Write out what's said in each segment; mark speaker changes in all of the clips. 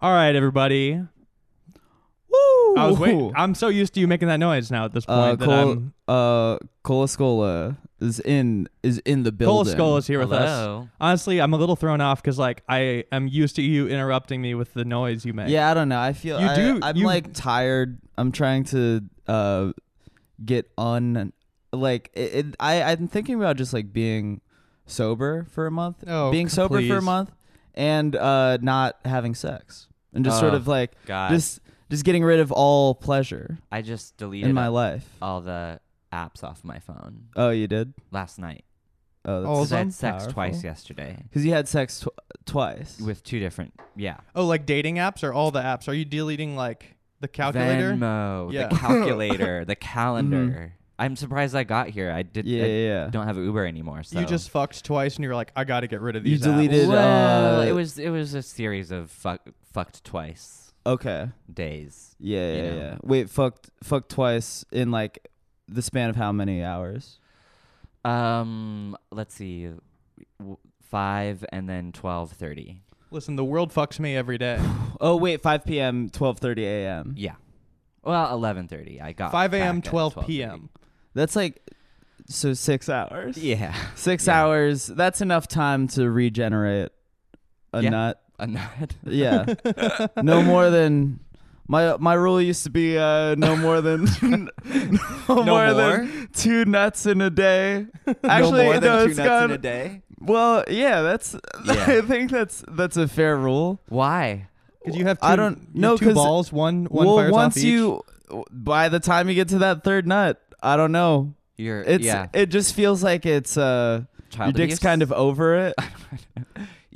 Speaker 1: All right, everybody.
Speaker 2: Woo!
Speaker 1: I was wait- I'm so used to you making that noise now at this point
Speaker 2: Uh,
Speaker 1: that
Speaker 2: Col-
Speaker 1: I'm.
Speaker 2: uh, Colascola is in is in the
Speaker 1: Cole
Speaker 2: building.
Speaker 1: Skull is here with us.
Speaker 3: Hello.
Speaker 1: Honestly, I'm a little thrown off because like I am used to you interrupting me with the noise you make.
Speaker 2: Yeah, I don't know. I feel
Speaker 1: You
Speaker 2: I,
Speaker 1: do-
Speaker 2: I'm
Speaker 1: you-
Speaker 2: like tired. I'm trying to uh get un like it, it, I I'm thinking about just like being sober for a month,
Speaker 3: Oh,
Speaker 2: being sober for a
Speaker 3: please.
Speaker 2: month, and uh not having sex, and just sort
Speaker 1: Uh,
Speaker 3: Oh,
Speaker 2: of like
Speaker 3: God,
Speaker 2: just just getting rid of all pleasure
Speaker 3: I just deleted
Speaker 2: in my life.
Speaker 1: Uh,
Speaker 3: all the apps off my phone
Speaker 2: Oh, you did.
Speaker 3: last night.
Speaker 1: All
Speaker 2: Oh, that's
Speaker 1: of
Speaker 3: Because I
Speaker 1: them?
Speaker 3: had sex twice
Speaker 1: Powerful.
Speaker 3: yesterday
Speaker 2: because you had sex tw- twice.
Speaker 3: with two different. Yeah.
Speaker 1: Oh, like dating apps or all the apps? Are you deleting like the calculator?
Speaker 3: Venmo,
Speaker 1: Yeah. Mm-hmm.
Speaker 3: the calculator, the calendar. I'm surprised I got here. I did.
Speaker 2: yeah,
Speaker 3: I
Speaker 2: yeah, yeah.
Speaker 3: don't have Uber anymore. So
Speaker 1: You just fucked twice and you were like, I got to get rid of
Speaker 2: You
Speaker 1: these. Apps.
Speaker 2: deleted-
Speaker 3: Well,
Speaker 2: uh,
Speaker 3: it was it was a series of fuck, fucked twice
Speaker 2: Okay.
Speaker 3: days.
Speaker 2: Yeah,
Speaker 3: you
Speaker 2: yeah,
Speaker 3: know?
Speaker 2: yeah. Wait, fucked, fucked twice in like the span of how many hours?
Speaker 3: Um, let's see, w- five and then twelve thirty.
Speaker 1: Listen, the world fucks me every day.
Speaker 2: Oh wait, 5 p.m., 12:30 a.m.
Speaker 3: Yeah. Well, eleven thirty. I got
Speaker 1: 5 a.m.,
Speaker 3: back at
Speaker 1: 12
Speaker 3: 12:30.
Speaker 1: p.m.
Speaker 2: That's like so six hours.
Speaker 3: Yeah.
Speaker 2: six
Speaker 3: Yeah.
Speaker 2: hours. That's enough time to regenerate a
Speaker 3: Yeah.
Speaker 2: nut.
Speaker 3: A nut.
Speaker 2: Yeah, no more than my my rule used to be uh, no more than no, more, than two nuts in a day. Actually,
Speaker 3: more
Speaker 2: no,
Speaker 3: than two
Speaker 2: it's
Speaker 3: nuts in
Speaker 2: gone-
Speaker 3: a day.
Speaker 2: Well, yeah, that's. I
Speaker 3: Yeah.
Speaker 2: think that's that's a fair rule.
Speaker 3: Why?
Speaker 1: Because you have two,
Speaker 2: I don't-
Speaker 1: you have
Speaker 2: no,
Speaker 1: two
Speaker 2: 'cause-
Speaker 1: balls, one one
Speaker 2: well,
Speaker 1: fires
Speaker 2: once
Speaker 1: off each.
Speaker 2: you, by the time you get to that third nut, I don't know.
Speaker 3: You're
Speaker 2: It's
Speaker 3: yeah.
Speaker 2: it just feels like it's uh,
Speaker 3: Child
Speaker 2: your dick's
Speaker 3: abuse?
Speaker 2: kind of over it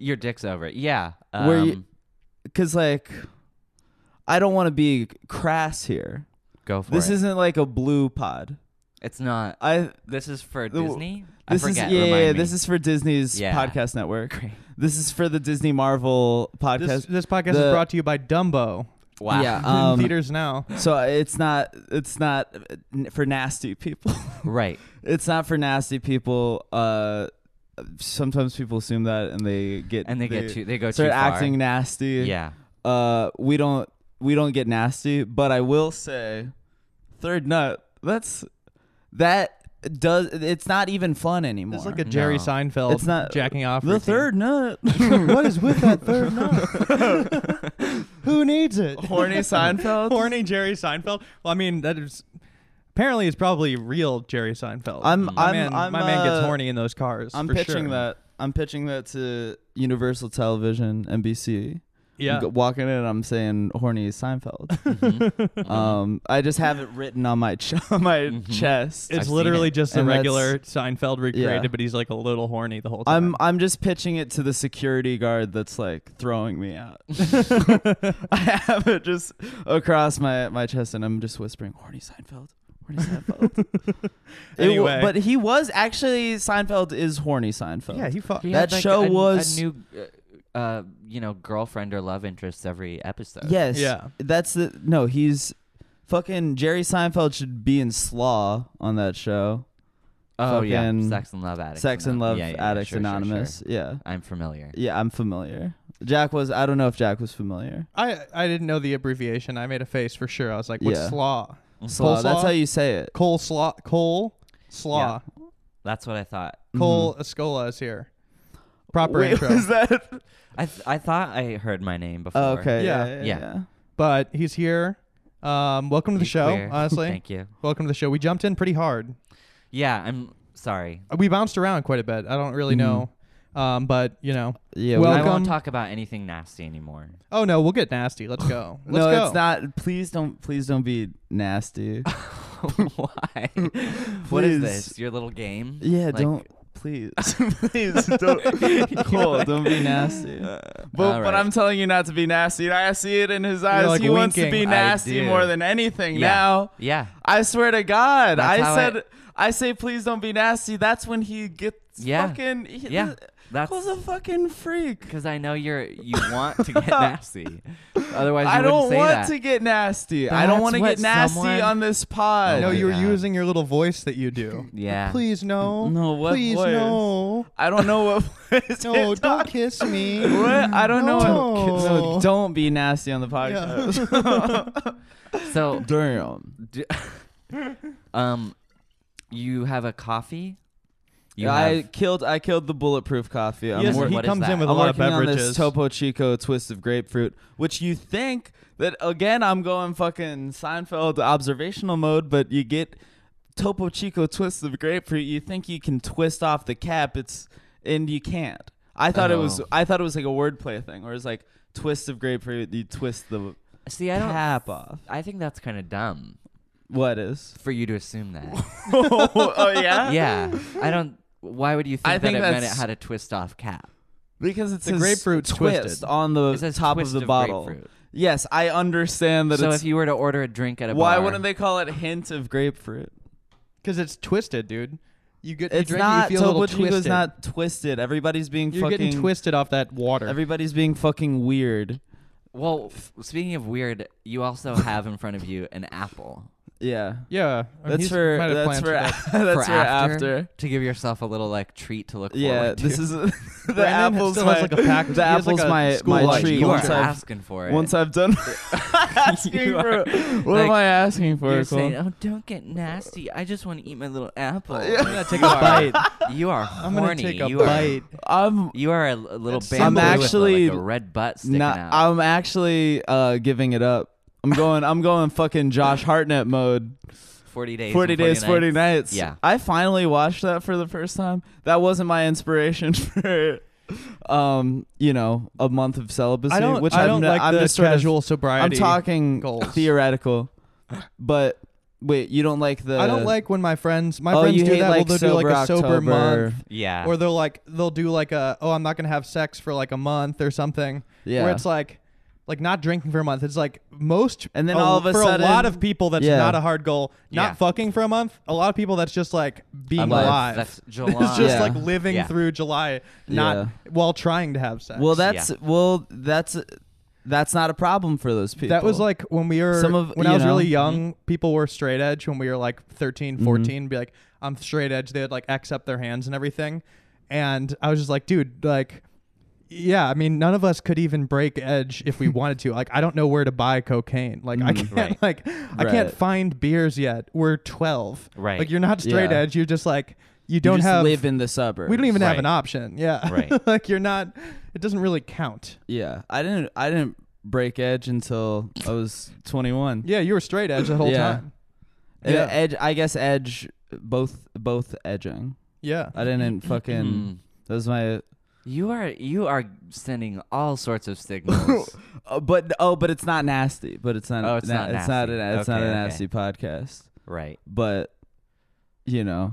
Speaker 3: your dick's over. it. Yeah. Um,
Speaker 2: Were you- because like, I don't want to be crass here.
Speaker 3: go for
Speaker 2: this
Speaker 3: it.
Speaker 2: is isn't like a blue pod.
Speaker 3: It's not.
Speaker 2: I
Speaker 3: This is for
Speaker 2: The-
Speaker 3: Disney. I
Speaker 2: this is yeah,
Speaker 3: forget.
Speaker 2: yeah,
Speaker 3: Remind
Speaker 2: yeah,
Speaker 3: me.
Speaker 2: this is for Disney's
Speaker 3: Yeah.
Speaker 2: podcast network.
Speaker 3: Great.
Speaker 2: This is for the Disney Marvel
Speaker 1: this,
Speaker 2: podcast.
Speaker 1: this podcast
Speaker 2: the-
Speaker 1: is brought to you by Dumbo.
Speaker 3: Wow.
Speaker 2: Yeah.
Speaker 1: in
Speaker 2: Um,
Speaker 1: theaters now.
Speaker 2: so it's not it's not uh, n- for nasty people.
Speaker 3: um, Right.
Speaker 2: it's not for nasty people. Uh, sometimes people assume that, and they get
Speaker 3: And they, get too. They go
Speaker 2: start
Speaker 3: too far.
Speaker 2: acting nasty.
Speaker 3: Yeah.
Speaker 2: Uh, we don't we don't get nasty, but I will say, third nut. That's that does. It's not even fun anymore.
Speaker 1: It's like a Jerry
Speaker 3: No.
Speaker 1: Seinfeld
Speaker 2: It's not-
Speaker 1: jacking off.
Speaker 2: the
Speaker 1: routine.
Speaker 2: third nut.
Speaker 1: Hmm.
Speaker 2: what is with that third nut?
Speaker 1: Who needs it?
Speaker 2: Horny Seinfeld.
Speaker 1: Horny Jerry Seinfeld. Well, I mean that is apparently it's probably real Jerry Seinfeld.
Speaker 2: I'm-
Speaker 1: my
Speaker 2: I'm-
Speaker 1: man,
Speaker 2: I'm,
Speaker 1: my man
Speaker 2: uh,
Speaker 1: gets horny in those cars.
Speaker 2: I'm
Speaker 1: for
Speaker 2: pitching
Speaker 1: sure.
Speaker 2: that. I'm pitching that to Universal Television, NBC.
Speaker 1: Yeah.
Speaker 2: G- walking in, I'm saying horny Seinfeld.
Speaker 3: Mhm.
Speaker 1: Mm-hmm.
Speaker 2: um, I just have it written on my ch- on my
Speaker 3: Mhm.
Speaker 2: chest.
Speaker 1: It's
Speaker 3: I've seen
Speaker 1: literally
Speaker 3: it.
Speaker 1: just a
Speaker 2: And that's-
Speaker 1: regular Seinfeld recreated,
Speaker 2: Yeah.
Speaker 1: but he's like a little horny the whole time.
Speaker 2: I'm I'm just pitching it to the security guard that's like throwing me out. I have it just across my, my chest, and I'm just whispering, "Horny Seinfeld, horny Seinfeld." It w-
Speaker 1: Anyway.
Speaker 2: but he was actually Seinfeld is horny Seinfeld.
Speaker 1: yeah, he fucked.
Speaker 3: He
Speaker 2: That
Speaker 3: had, like,
Speaker 2: show
Speaker 3: a,
Speaker 2: was-
Speaker 3: a new, uh, uh, you know, girlfriend or love interest every episode.
Speaker 2: yes,
Speaker 1: Yeah.
Speaker 2: That's the no. He's fucking Jerry Seinfeld should be in Slaw on that show.
Speaker 3: Oh yeah.
Speaker 2: Fucking
Speaker 3: Sex and love addicts.
Speaker 2: Sex and
Speaker 3: Anon-
Speaker 2: Love
Speaker 3: yeah, yeah, yeah,
Speaker 2: Addicts
Speaker 3: sure, sure, sure.
Speaker 2: Anonymous. Yeah.
Speaker 3: I'm familiar.
Speaker 2: Yeah, I'm familiar. Jack was. I don't know if Jack was familiar.
Speaker 1: I I didn't know the abbreviation. I made a face for sure. I was like, "What's
Speaker 2: Yeah.
Speaker 1: slaw?
Speaker 2: Slaw.
Speaker 1: Coleslaw?
Speaker 2: That's how you say it.
Speaker 1: Cole slaw? Cole slaw?
Speaker 3: That's what I thought.
Speaker 1: Cole Escola is here." Proper
Speaker 2: Mm-hmm. Wait,
Speaker 1: intro,
Speaker 2: was that?
Speaker 3: I th- I thought I heard my name before.
Speaker 2: Oh, okay.
Speaker 1: Yeah.
Speaker 2: Yeah. Yeah.
Speaker 3: Yeah.
Speaker 2: yeah.
Speaker 1: but he's here. Um, welcome to the
Speaker 3: You
Speaker 1: show.
Speaker 3: queer.
Speaker 1: Honestly,
Speaker 3: Thank you.
Speaker 1: welcome to the show. We jumped in pretty hard.
Speaker 3: Yeah, I'm sorry.
Speaker 1: We bounced around quite a bit. I don't really know, um, but you know,
Speaker 2: Yeah,
Speaker 1: Well,
Speaker 3: Mm-hmm. I
Speaker 1: Welcome.
Speaker 3: won't talk about anything nasty anymore.
Speaker 1: oh no, we'll get nasty. Let's go. Let's
Speaker 2: no,
Speaker 1: go.
Speaker 2: it's not. Please don't. Please don't be nasty.
Speaker 3: Why? What
Speaker 2: Please.
Speaker 3: is this? Your little game?
Speaker 2: Yeah,
Speaker 3: Like,
Speaker 2: don't. Please, please don't. Cole, don't be nasty. But
Speaker 3: All
Speaker 2: but
Speaker 3: right.
Speaker 2: I'm telling you not to be nasty. and I see it in his eyes.
Speaker 1: like,
Speaker 2: he wants to
Speaker 1: winking.
Speaker 2: be
Speaker 3: I
Speaker 2: nasty
Speaker 3: do.
Speaker 2: more than anything.
Speaker 3: Yeah.
Speaker 2: Now
Speaker 3: Yeah.
Speaker 2: I swear to God,
Speaker 3: That's
Speaker 2: I
Speaker 3: how
Speaker 2: said
Speaker 3: I-
Speaker 2: I say please don't be nasty. That's when he gets
Speaker 3: Yeah.
Speaker 2: fucking. he-
Speaker 3: Yeah. That's
Speaker 2: Michael's a fucking freak.
Speaker 3: because I know you're you want to get nasty. Otherwise, you
Speaker 2: I
Speaker 3: wouldn't
Speaker 2: don't
Speaker 3: say
Speaker 2: want
Speaker 3: that.
Speaker 2: to get nasty. I don't
Speaker 3: That's
Speaker 2: want to
Speaker 3: what
Speaker 2: get nasty
Speaker 3: someone-
Speaker 2: on this pod.
Speaker 1: no,
Speaker 3: my
Speaker 1: you were
Speaker 3: God.
Speaker 1: using your little voice that you do.
Speaker 3: Yeah.
Speaker 1: Please no.
Speaker 2: No, what
Speaker 1: Please
Speaker 2: voice?
Speaker 1: no.
Speaker 2: I don't know what. what is
Speaker 1: No, don't
Speaker 2: it talking-
Speaker 1: kiss me.
Speaker 2: What? I don't know.
Speaker 1: No.
Speaker 2: What, no, don't be nasty on the podcast.
Speaker 1: Yeah.
Speaker 3: So,
Speaker 2: Damn.
Speaker 3: d- um, you have a coffee. You
Speaker 2: Yeah, I
Speaker 3: have-
Speaker 2: killed. I killed the bulletproof coffee. I'm,
Speaker 1: He, has-
Speaker 3: wor-
Speaker 1: he
Speaker 3: what is
Speaker 1: comes
Speaker 3: that?
Speaker 1: in with
Speaker 2: I'm
Speaker 1: a lot of
Speaker 2: working on
Speaker 1: beverages.
Speaker 2: this Topo Chico twist of grapefruit, which you think that again I'm going fucking Seinfeld observational mode, but you get Topo Chico twist of grapefruit. You think you can twist off the cap, it's and you can't. I thought it was.
Speaker 3: Oh.
Speaker 2: I thought it was like a wordplay thing, where it's like twist of grapefruit. You twist the
Speaker 3: see. I don't.
Speaker 2: cap off.
Speaker 3: I think that's kind of dumb
Speaker 2: What is?
Speaker 3: for you to assume that.
Speaker 2: oh, yeah.
Speaker 3: yeah, I don't. Why would you think
Speaker 2: I
Speaker 3: that
Speaker 2: think
Speaker 3: it meant it
Speaker 2: that's-
Speaker 3: had a twist off cap?
Speaker 2: Because it's
Speaker 1: The grapefruit's
Speaker 2: twist
Speaker 1: twisted.
Speaker 2: on
Speaker 3: It
Speaker 2: the
Speaker 3: says
Speaker 2: top
Speaker 3: twist
Speaker 2: of the bottle.
Speaker 3: grapefruit.
Speaker 2: Yes, I understand that
Speaker 3: so
Speaker 2: it's
Speaker 3: if you were to order a drink at a
Speaker 2: Why
Speaker 3: bar,
Speaker 2: wouldn't they call it hint of grapefruit?
Speaker 1: Because it's twisted, dude. You get you
Speaker 2: It's
Speaker 1: drink
Speaker 2: not.
Speaker 1: it, you feel a
Speaker 2: Topo
Speaker 1: little
Speaker 2: Chico's
Speaker 1: twisted.
Speaker 2: not twisted. Everybody's being
Speaker 1: You're
Speaker 2: fucking.
Speaker 1: getting twisted off that water.
Speaker 2: Everybody's being fucking weird.
Speaker 3: Well, f- speaking of weird, you also have in front of you an apple
Speaker 2: Yeah.
Speaker 1: yeah, I mean,
Speaker 2: That's
Speaker 1: he's-
Speaker 2: for.
Speaker 1: might have
Speaker 2: That's
Speaker 1: planned
Speaker 2: for.
Speaker 1: that.
Speaker 2: that's
Speaker 3: for
Speaker 2: for
Speaker 3: after,
Speaker 2: after.
Speaker 3: to give yourself a little like treat to look
Speaker 2: Yeah.
Speaker 3: forward to.
Speaker 2: This is the
Speaker 1: Brandon
Speaker 2: apples.
Speaker 1: still
Speaker 2: my,
Speaker 1: has like a pack.
Speaker 2: the
Speaker 1: he has
Speaker 2: apples.
Speaker 1: like a
Speaker 2: my
Speaker 1: school
Speaker 2: my
Speaker 1: lunch.
Speaker 2: treat.
Speaker 3: you are
Speaker 2: once I've
Speaker 3: asking for it.
Speaker 2: once I've done. asking
Speaker 3: You are-
Speaker 2: for. What am
Speaker 3: like,
Speaker 2: I asking for?
Speaker 3: You're
Speaker 2: Cole?
Speaker 3: saying, "Oh, don't get nasty. I just want to eat my little apple."
Speaker 1: I'm gonna take a bite.
Speaker 3: You are
Speaker 1: I'm
Speaker 3: horny.
Speaker 1: gonna take a
Speaker 3: you
Speaker 1: bite.
Speaker 2: I'm.
Speaker 3: Are, you are a l- a little
Speaker 1: That's
Speaker 3: bamboo
Speaker 1: I'm
Speaker 2: actually
Speaker 3: with a, like, a red butt sticking
Speaker 2: Not,
Speaker 3: out.
Speaker 2: I'm actually uh, giving it up. I'm going. I'm going fucking Josh Hartnett mode.
Speaker 3: Forty days.
Speaker 2: 40
Speaker 3: and
Speaker 2: days, 40
Speaker 3: nights.
Speaker 2: nights.
Speaker 3: Yeah.
Speaker 2: I finally watched that for the first time. That wasn't my inspiration for, um, you know, a month of celibacy,
Speaker 1: I don't.
Speaker 2: which
Speaker 1: I
Speaker 2: I'm
Speaker 1: don't
Speaker 2: no-
Speaker 1: like
Speaker 2: I'm
Speaker 1: the
Speaker 2: just sort of-
Speaker 1: casual
Speaker 2: I'm
Speaker 1: sobriety.
Speaker 2: talking
Speaker 1: goals.
Speaker 2: theoretical, but wait, you don't like the.
Speaker 1: I don't like when my friends. My
Speaker 2: Oh,
Speaker 1: friends
Speaker 2: you
Speaker 1: do
Speaker 2: hate,
Speaker 1: that.
Speaker 2: like,
Speaker 1: well, they'll do like a
Speaker 2: sober
Speaker 1: sober
Speaker 2: October.
Speaker 1: month,
Speaker 3: Yeah.
Speaker 1: or they'll like they'll do like a oh I'm not gonna have sex for like a month or something.
Speaker 2: Yeah.
Speaker 1: Where it's like. Like not drinking for a month. It's like most,
Speaker 2: And then
Speaker 1: a-
Speaker 2: all of a
Speaker 1: for
Speaker 2: sudden-
Speaker 1: a lot of people, that's
Speaker 2: Yeah.
Speaker 1: not a hard goal. Not
Speaker 3: Yeah.
Speaker 1: fucking for a month. A lot of people, that's just like being
Speaker 3: Alive.
Speaker 1: alive.
Speaker 3: That's July.
Speaker 1: it's just
Speaker 2: Yeah.
Speaker 1: like living
Speaker 3: Yeah.
Speaker 1: through July, not while trying to have sex.
Speaker 2: Well, that's well, that's that's not a problem for those people.
Speaker 1: That was like when we were
Speaker 2: Some of-
Speaker 1: when
Speaker 2: you
Speaker 1: I was
Speaker 2: know. Mm-hmm.
Speaker 1: really young, people were straight edge when we were like 13, 14, be like, I'm straight edge. They would like X up their hands and everything. And I was just like, dude, like yeah, I mean, none of us could even break edge if we wanted to. Like, I don't know where to buy cocaine. Like, I can't.
Speaker 3: Right.
Speaker 1: Like, I can't
Speaker 2: Mm, Right.
Speaker 1: find beers yet. We're twelve.
Speaker 3: Right.
Speaker 1: Like, you're not straight
Speaker 2: Yeah.
Speaker 1: edge. You're just like you
Speaker 2: you
Speaker 1: don't
Speaker 2: just
Speaker 1: have.
Speaker 2: live in the suburbs.
Speaker 1: we don't even have
Speaker 3: Right.
Speaker 1: an option. Yeah.
Speaker 3: Right.
Speaker 1: like, you're not. It doesn't really count.
Speaker 2: Yeah, I didn't. I didn't break edge until I was 21.
Speaker 1: Yeah, you were straight edge the whole
Speaker 2: Yeah.
Speaker 1: time.
Speaker 2: And
Speaker 1: Yeah.
Speaker 2: Uh, Edge, I guess edge, both both edging.
Speaker 1: Yeah.
Speaker 2: I didn't
Speaker 3: Mm.
Speaker 2: fucking. that was my.
Speaker 3: You are you are sending all sorts of signals.
Speaker 2: Oh, but oh, but it's not nasty. But it's not.
Speaker 3: Oh, it's not
Speaker 2: It's not.
Speaker 3: nasty.
Speaker 2: A, it's not a
Speaker 3: Okay, okay.
Speaker 2: nasty podcast.
Speaker 3: right.
Speaker 2: But, you know,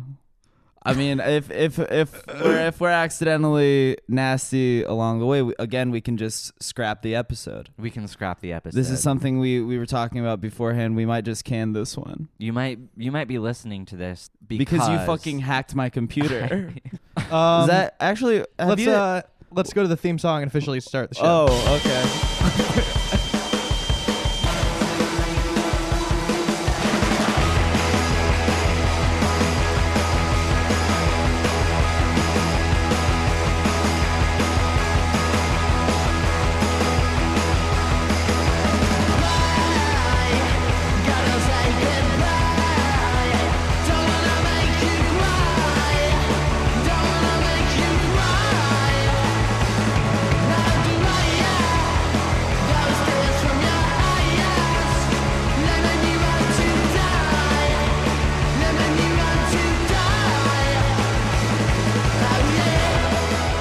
Speaker 2: I mean, if if if we're if we're accidentally nasty along the way, we, again, we can just scrap the episode.
Speaker 3: We can scrap the episode.
Speaker 2: This is something we we were talking about beforehand. We might just can this one
Speaker 3: you might you might be listening to this because,
Speaker 2: because, you fucking hacked my computer.
Speaker 1: Um,
Speaker 2: is that actually? have
Speaker 1: let's
Speaker 2: you-
Speaker 1: uh, let's go to the theme song and officially start the show.
Speaker 2: Oh, okay.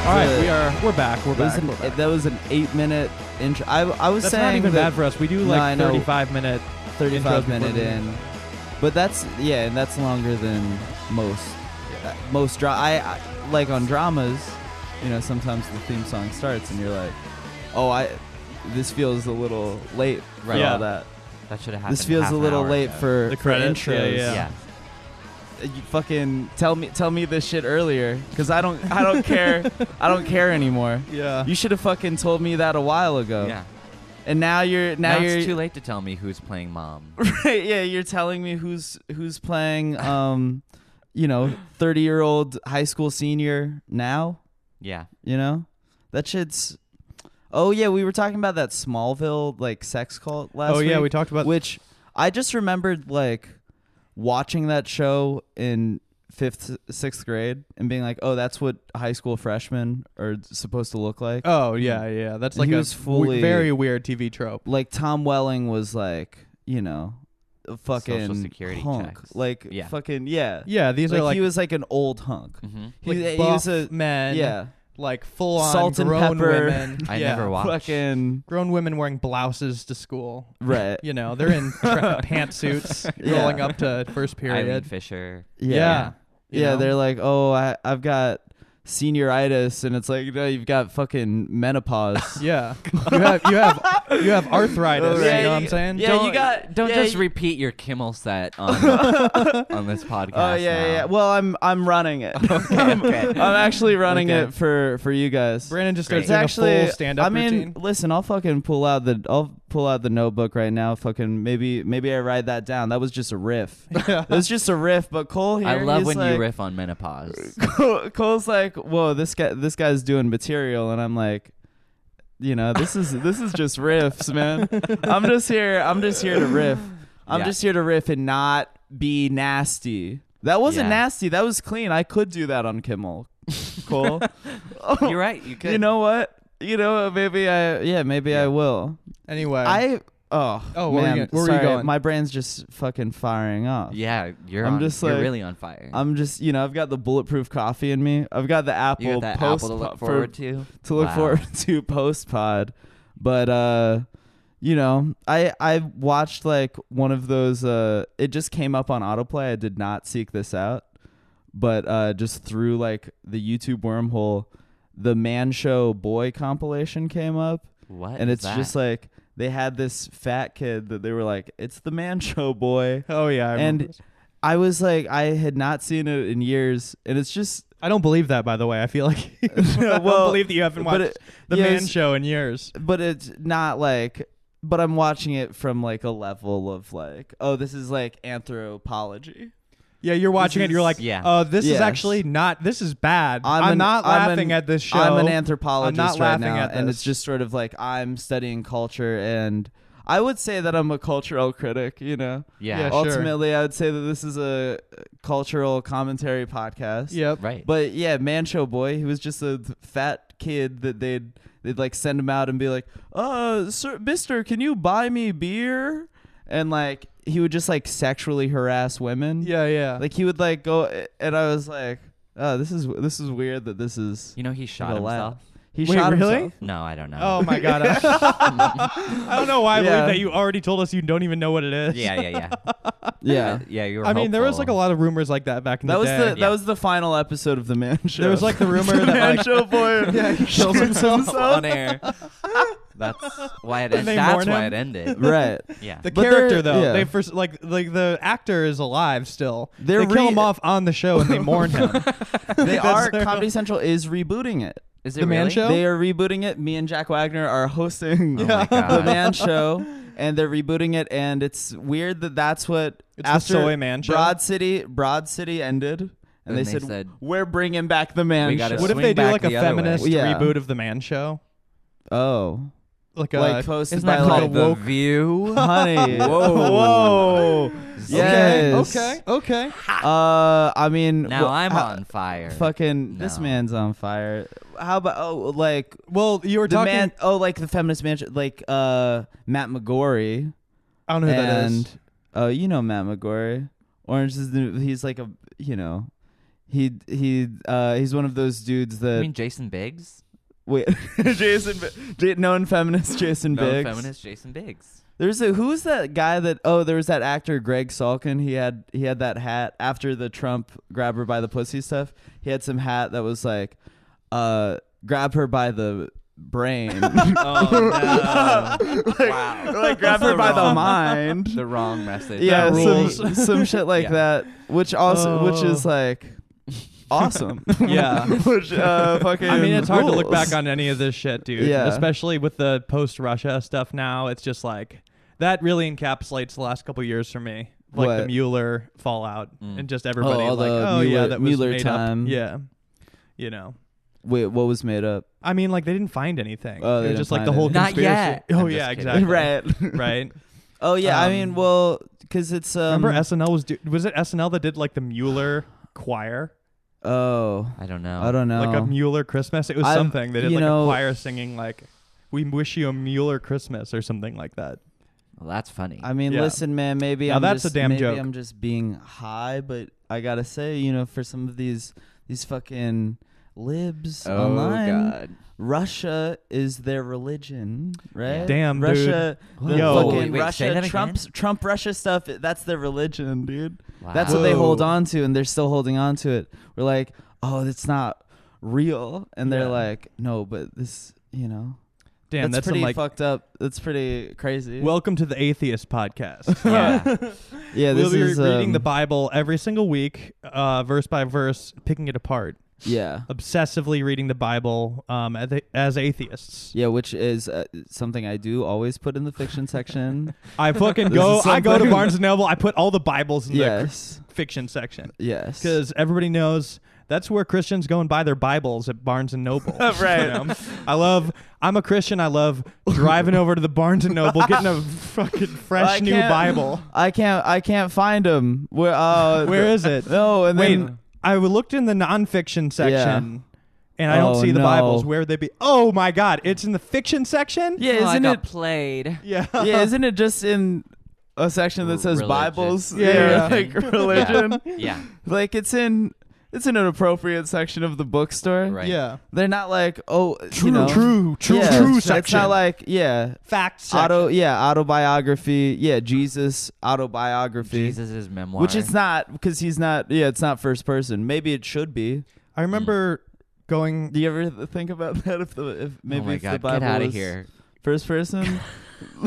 Speaker 1: all right, we are we're back. We're
Speaker 2: That was,
Speaker 1: back.
Speaker 2: an,
Speaker 1: we're back.
Speaker 2: that was an eight minute intro. I, I was
Speaker 1: That's
Speaker 2: saying
Speaker 1: not even
Speaker 2: that
Speaker 1: bad for us. We do
Speaker 2: No, I
Speaker 1: like
Speaker 2: know.
Speaker 1: 35 minute.
Speaker 2: 35
Speaker 1: intros before
Speaker 2: minute
Speaker 1: the-
Speaker 2: in, but that's yeah, and that's longer than most uh, most dra- I, I like on dramas. You know, sometimes the theme song starts and you're like, oh, I this feels a little late for
Speaker 1: Yeah.
Speaker 2: all that.
Speaker 3: that should have happened.
Speaker 2: This feels
Speaker 3: half
Speaker 2: a
Speaker 3: an
Speaker 2: little
Speaker 3: hour
Speaker 2: late
Speaker 3: ago.
Speaker 2: for
Speaker 1: The
Speaker 2: for
Speaker 1: credits, yeah,
Speaker 2: intros.
Speaker 1: yeah.
Speaker 3: yeah.
Speaker 2: you fucking tell me tell me this shit earlier because I don't I don't care I don't care anymore.
Speaker 1: Yeah.
Speaker 2: You should have fucking told me that a while ago.
Speaker 3: yeah.
Speaker 2: And now you're now,
Speaker 3: Now,
Speaker 2: you're
Speaker 3: it's too late to tell me who's playing mom.
Speaker 2: right, yeah you're telling me who's who's playing um you know thirty year old high school senior now
Speaker 3: yeah.
Speaker 2: you know that shit's oh yeah we were talking about that Smallville like sex cult last
Speaker 1: oh yeah,
Speaker 2: week.
Speaker 1: we talked about
Speaker 2: which I just remembered like watching that show in fifth, sixth grade and being like, oh, that's what high school freshmen are supposed to look like.
Speaker 1: Oh yeah, yeah. That's
Speaker 2: And
Speaker 1: like
Speaker 2: he
Speaker 1: a
Speaker 2: was
Speaker 1: w-
Speaker 2: fully-
Speaker 1: very weird TV trope.
Speaker 2: Like Tom Welling was like, you know, a fucking
Speaker 3: security
Speaker 2: hunk.
Speaker 3: checks.
Speaker 2: Like
Speaker 3: Yeah.
Speaker 2: fucking yeah.
Speaker 1: Yeah, these
Speaker 2: like,
Speaker 1: are like
Speaker 2: he was like an old hunk.
Speaker 3: hmm
Speaker 2: He,
Speaker 1: like
Speaker 2: he
Speaker 1: buff
Speaker 2: was a
Speaker 1: men,
Speaker 2: yeah,
Speaker 1: like full on
Speaker 2: Salt and
Speaker 1: grown
Speaker 2: pepper.
Speaker 1: women.
Speaker 3: I
Speaker 1: yeah.
Speaker 3: never watched.
Speaker 2: fucking
Speaker 1: Grown women wearing blouses to school.
Speaker 2: right.
Speaker 1: You know, they're in tra- pantsuits
Speaker 2: Yeah.
Speaker 1: rolling up to first
Speaker 3: Eileen
Speaker 1: period.
Speaker 3: Fisher.
Speaker 1: Yeah. you
Speaker 2: Yeah,
Speaker 1: know?
Speaker 2: they're like, oh, I, I've got senioritis, and it's like, no, you've got fucking menopause.
Speaker 1: Yeah. you have you have you have arthritis,
Speaker 2: Yeah,
Speaker 1: you know
Speaker 2: you-
Speaker 1: what I'm saying?
Speaker 2: yeah, you got-
Speaker 3: Don't
Speaker 2: yeah,
Speaker 3: just
Speaker 2: you-
Speaker 3: repeat your Kimmel set on, on this podcast.
Speaker 2: Oh yeah, yeah, yeah.
Speaker 3: now.
Speaker 2: Well, I'm I'm running it. I'm, actually running
Speaker 1: Okay.
Speaker 2: it for for you guys.
Speaker 1: Brandon just
Speaker 3: Great.
Speaker 1: starts
Speaker 2: it's
Speaker 1: doing a
Speaker 2: actually
Speaker 1: full stand up
Speaker 2: I mean,
Speaker 1: routine.
Speaker 2: listen, I'll fucking pull out the I'll pull out the notebook right now. Fucking maybe maybe I write that down. That was just a riff. it was just a riff. But Cole here,
Speaker 3: I love
Speaker 2: he's
Speaker 3: when
Speaker 2: like-
Speaker 3: you riff on menopause.
Speaker 2: Cole, Cole's like, whoa, this guy this guy's doing material, and I'm like. You know, this is this is just riffs, man. I'm just here. I'm just here to riff. I'm
Speaker 3: Yeah.
Speaker 2: just here to riff and not be nasty. That wasn't
Speaker 3: Yeah.
Speaker 2: nasty. That was clean. I could do that on Kimmel. Cole,
Speaker 3: You're right. You could.
Speaker 2: Oh, you know what? You know what? Maybe I. Yeah, maybe I will.
Speaker 1: Anyway.
Speaker 2: I. Oh.
Speaker 1: Oh, where were you
Speaker 2: man.
Speaker 1: go- where were you
Speaker 2: sorry,
Speaker 1: going?
Speaker 2: My brain's just fucking firing off.
Speaker 3: Yeah, you're.
Speaker 2: I'm
Speaker 3: on,
Speaker 2: just
Speaker 3: you're
Speaker 2: like-
Speaker 3: really on fire.
Speaker 2: I'm just, you know, I've got the bulletproof coffee in me. I've got the apple
Speaker 3: you got that
Speaker 2: post
Speaker 3: apple to look
Speaker 2: for-
Speaker 3: forward to.
Speaker 2: to look
Speaker 3: Wow.
Speaker 2: forward to post pod. But uh you know, I I watched like one of those uh it just came up on autoplay. I did not seek this out. But uh just through like the YouTube wormhole, the Man Show Boy compilation came up
Speaker 3: What?
Speaker 2: and
Speaker 3: is
Speaker 2: it's just
Speaker 3: that?
Speaker 2: like they had this fat kid that they were like, "It's the Man Show Boy."
Speaker 1: oh yeah. I remember
Speaker 2: and-
Speaker 1: this.
Speaker 2: I was like, I had not seen it in years, and it's just
Speaker 1: I don't believe that by the way. I feel like I
Speaker 2: Well,
Speaker 1: don't believe that you haven't
Speaker 2: but
Speaker 1: watched
Speaker 2: it-
Speaker 1: the
Speaker 2: yeah,
Speaker 1: man
Speaker 2: it's-
Speaker 1: show in years.
Speaker 2: but it's not like but I'm watching it from like a level of like, oh, this is like anthropology.
Speaker 1: Yeah, you're watching it. You're
Speaker 2: is-
Speaker 1: like,
Speaker 3: Yeah.
Speaker 1: oh, this
Speaker 2: Yes.
Speaker 1: is actually not. This is bad. I'm,
Speaker 2: an-
Speaker 1: not
Speaker 2: I'm
Speaker 1: laughing
Speaker 2: an-
Speaker 1: at this show.
Speaker 2: I'm an anthropologist
Speaker 1: I'm not
Speaker 2: right
Speaker 1: laughing
Speaker 2: now,
Speaker 1: at
Speaker 2: and
Speaker 1: this.
Speaker 2: it's just sort of like I'm studying culture, and I would say that I'm a cultural critic. You know,
Speaker 3: yeah.
Speaker 2: oh,
Speaker 1: yeah, sure.
Speaker 2: ultimately, I would say that this is a cultural commentary podcast.
Speaker 1: Yep.
Speaker 3: Right.
Speaker 2: But yeah, Man Show Boy, he was just a th- fat kid that they'd they'd like send him out and be like, "Uh, sir, Mister, can you buy me beer?" And like he would just like sexually harass women.
Speaker 1: Yeah, yeah.
Speaker 2: Like he would like go, and I was like, "Oh, this is this is weird that this is."
Speaker 3: you know he shot
Speaker 2: the lab.
Speaker 3: himself.
Speaker 2: He
Speaker 1: Wait,
Speaker 2: shot
Speaker 1: really?
Speaker 2: himself.
Speaker 3: No, I don't know.
Speaker 1: oh my god. I don't know why I
Speaker 2: Yeah.
Speaker 1: believe that you already told us you don't even know what it is.
Speaker 3: Yeah, yeah, yeah.
Speaker 2: Oh, Yeah.
Speaker 3: yeah, you were.
Speaker 1: I mean, there was like a
Speaker 3: hopeful.
Speaker 1: lot of rumors like that back in
Speaker 2: That
Speaker 1: the
Speaker 2: was
Speaker 1: day.
Speaker 2: the that
Speaker 3: Yeah.
Speaker 2: was the final episode of the man show.
Speaker 1: there was like the rumor
Speaker 2: man
Speaker 1: that like
Speaker 2: show boy. yeah, he
Speaker 1: kills himself.
Speaker 3: on air. That's why it.
Speaker 1: Didn't
Speaker 3: End-
Speaker 1: they
Speaker 3: that's
Speaker 1: mourn
Speaker 3: why
Speaker 1: him?
Speaker 3: it ended.
Speaker 2: Right.
Speaker 3: Yeah.
Speaker 1: the
Speaker 2: But they're-
Speaker 1: character though.
Speaker 2: yeah.
Speaker 1: They first like like the actor is alive still. they
Speaker 2: They're
Speaker 1: kill
Speaker 2: re-
Speaker 1: him off on the show and they mourn him.
Speaker 2: They are
Speaker 1: their-
Speaker 2: Comedy Central is rebooting it.
Speaker 3: Is it
Speaker 1: the man
Speaker 3: really?
Speaker 1: show?
Speaker 2: They are rebooting it. Me and Jack Wagner are hosting
Speaker 3: Oh my
Speaker 2: the
Speaker 3: God.
Speaker 2: Man Show, and they're rebooting it. And it's weird that that's what
Speaker 1: It's the
Speaker 2: after
Speaker 1: Soy Man Show?
Speaker 2: Broad City, Broad City ended, and,
Speaker 3: And
Speaker 2: they,
Speaker 3: they
Speaker 2: said,
Speaker 3: said,
Speaker 2: "We're bringing back the Man
Speaker 3: We
Speaker 2: Show."
Speaker 3: gotta
Speaker 1: What if
Speaker 3: swing
Speaker 1: they do
Speaker 3: back
Speaker 1: like a
Speaker 3: the other way.
Speaker 1: feminist
Speaker 2: Yeah.
Speaker 1: reboot of the Man Show?
Speaker 2: oh,
Speaker 1: Like uh, a
Speaker 2: like hosted
Speaker 3: Isn't
Speaker 2: by
Speaker 3: that
Speaker 1: like
Speaker 2: like,
Speaker 1: a
Speaker 3: called the
Speaker 1: woke-
Speaker 3: View?
Speaker 2: honey.
Speaker 3: Whoa.
Speaker 2: whoa. Yes.
Speaker 1: Okay. Okay. okay.
Speaker 2: Uh, I mean,
Speaker 3: Now
Speaker 2: wh-
Speaker 3: I'm
Speaker 2: how-
Speaker 3: on fire.
Speaker 2: Fucking, this
Speaker 3: No.
Speaker 2: man's on fire. How about oh, like
Speaker 1: Well, you were
Speaker 2: the
Speaker 1: talking.
Speaker 2: man? Oh, like the feminist man, like uh, Matt McGorry.
Speaker 1: I don't know who that
Speaker 2: and
Speaker 1: is.
Speaker 2: oh, you know Matt McGorry. Orange is the new- he's like a you know, he he uh he's one of those dudes that
Speaker 3: I mean, Jason Biggs.
Speaker 2: wait Jason Bi- J- known feminist Jason
Speaker 3: No
Speaker 2: Biggs.
Speaker 3: feminist Jason Biggs.
Speaker 2: There's a who's that guy that oh there was that actor Greg Salkin he had he had that hat after the Trump grab her by the pussy stuff he had some hat that was like uh grab her by the brain.
Speaker 3: Oh, no.
Speaker 2: like,
Speaker 3: Wow.
Speaker 2: like grab her
Speaker 3: The
Speaker 2: by the
Speaker 3: wrong-
Speaker 2: mind.
Speaker 3: the wrong message.
Speaker 2: yeah,
Speaker 1: That
Speaker 2: some,
Speaker 1: rules.
Speaker 2: some shit like
Speaker 3: Yeah.
Speaker 2: that, which also, which is
Speaker 1: Oh.
Speaker 2: like awesome.
Speaker 1: Yeah.
Speaker 2: which uh, fucking.
Speaker 1: I mean, it's hard to look
Speaker 2: rules.
Speaker 1: back on any of this shit, dude.
Speaker 2: Yeah.
Speaker 1: Especially with the post Russia stuff now. It's just like that really encapsulates the last couple years for me. Like the
Speaker 2: What?
Speaker 1: Mueller fallout
Speaker 3: Mm.
Speaker 1: and just everybody
Speaker 2: all
Speaker 1: like,
Speaker 2: the
Speaker 1: oh yeah,
Speaker 2: Mueller-
Speaker 1: that was
Speaker 2: Mueller
Speaker 1: made
Speaker 2: time.
Speaker 1: up. Yeah. You know.
Speaker 2: Wait, what was made up?
Speaker 1: I mean, like they didn't find anything. it
Speaker 2: Oh, they
Speaker 1: was
Speaker 2: didn't
Speaker 1: just like
Speaker 2: find
Speaker 1: the whole
Speaker 3: anything. Not
Speaker 1: conspiracy.
Speaker 3: yet.
Speaker 1: Oh
Speaker 3: I'm just
Speaker 1: yeah,
Speaker 3: kidding.
Speaker 1: exactly.
Speaker 2: Right.
Speaker 1: Right.
Speaker 2: Oh yeah, I mean,
Speaker 1: Um,
Speaker 2: well, because it's um.
Speaker 1: Remember SNL was do- was it SNL that did like the Mueller choir,
Speaker 2: oh,
Speaker 3: I don't know.
Speaker 2: I don't know.
Speaker 1: like a Mueller Christmas? It was
Speaker 2: I've-
Speaker 1: something they did
Speaker 2: you
Speaker 1: like
Speaker 2: know-
Speaker 1: a choir singing like "We wish you a Mueller Christmas" or something like that.
Speaker 3: Well, that's funny.
Speaker 2: I mean,
Speaker 1: Yeah.
Speaker 2: listen, man. Maybe
Speaker 1: Now
Speaker 2: I'm
Speaker 1: that's a
Speaker 2: just,
Speaker 1: damn
Speaker 2: maybe
Speaker 1: joke.
Speaker 2: I'm just being high, but I gotta say, you know, for some of these these fucking libs
Speaker 3: oh
Speaker 2: online,
Speaker 3: God.
Speaker 2: Russia is their religion, right?
Speaker 1: Damn, dude.
Speaker 2: Russia, the
Speaker 1: Yo.
Speaker 2: fucking
Speaker 1: Wait,
Speaker 3: wait, say
Speaker 2: Russia,
Speaker 3: that
Speaker 2: Trump's Trump Russia stuff. That's their religion, dude.
Speaker 3: Wow.
Speaker 2: That's what they
Speaker 1: Whoa.
Speaker 2: hold on to, and they're still holding on to it. We're like, oh, that's not real, and they're
Speaker 1: Yeah.
Speaker 2: like, no, but this, you know,
Speaker 1: Damn,
Speaker 2: that's,
Speaker 1: that's,
Speaker 2: pretty
Speaker 1: some, like
Speaker 2: fucked up. That's pretty crazy.
Speaker 1: Welcome to the Atheist Podcast.
Speaker 3: Yeah.
Speaker 2: yeah, this
Speaker 1: we'll be
Speaker 2: is
Speaker 1: reading
Speaker 2: um,
Speaker 1: the Bible every single week, uh, verse by verse, picking it apart,
Speaker 2: yeah. obsessively
Speaker 1: obsessively reading the Bible um, as, as atheists.
Speaker 2: Yeah, which is uh, something I do always put in the fiction section.
Speaker 1: I fucking
Speaker 2: This
Speaker 1: go.
Speaker 2: is
Speaker 1: I go to
Speaker 2: something-
Speaker 1: Barnes and Noble. I put all the Bibles in the
Speaker 2: yes,
Speaker 1: cr- fiction section
Speaker 2: yes.
Speaker 1: because everybody knows that's where Christians go and buy their Bibles at Barnes and Noble.
Speaker 2: Right.
Speaker 1: You know? I love. I'm a Christian. I love driving over to the Barnes and Noble, getting a fucking
Speaker 2: I
Speaker 1: fresh new
Speaker 2: can't-
Speaker 1: Bible.
Speaker 2: I can't. I can't find them. Where? Uh,
Speaker 1: Where is it?
Speaker 2: No, and
Speaker 1: Wait,
Speaker 2: then
Speaker 1: I looked in the nonfiction section. And I don't
Speaker 2: Oh,
Speaker 1: see the
Speaker 2: no.
Speaker 1: Bibles. Where would they be? Oh my God! It's in the fiction section.
Speaker 2: yeah,
Speaker 3: oh, I
Speaker 2: isn't
Speaker 3: got
Speaker 2: it?
Speaker 3: played?
Speaker 1: Yeah.
Speaker 2: yeah, isn't it just in a section that says
Speaker 3: Religion.
Speaker 2: Bibles?
Speaker 1: Yeah, yeah.
Speaker 2: like religion.
Speaker 3: Yeah.
Speaker 2: Like it's in. It's in an appropriate section of the bookstore.
Speaker 3: Right.
Speaker 1: Yeah.
Speaker 2: They're not like oh
Speaker 1: True.
Speaker 2: you know,
Speaker 1: true. True.
Speaker 2: yeah,
Speaker 1: True.
Speaker 2: It's
Speaker 1: Section.
Speaker 2: not like yeah
Speaker 1: fact section.
Speaker 2: auto yeah autobiography yeah Jesus autobiography
Speaker 3: Jesus' memoir.
Speaker 2: Which it's not because he's not. Yeah, it's not first person. Maybe it should be.
Speaker 1: I remember going.
Speaker 2: Do you ever th- think about that? If the if maybe
Speaker 3: oh my
Speaker 2: if
Speaker 3: God,
Speaker 2: the Bible
Speaker 3: get out of
Speaker 2: was
Speaker 3: here.
Speaker 2: first person,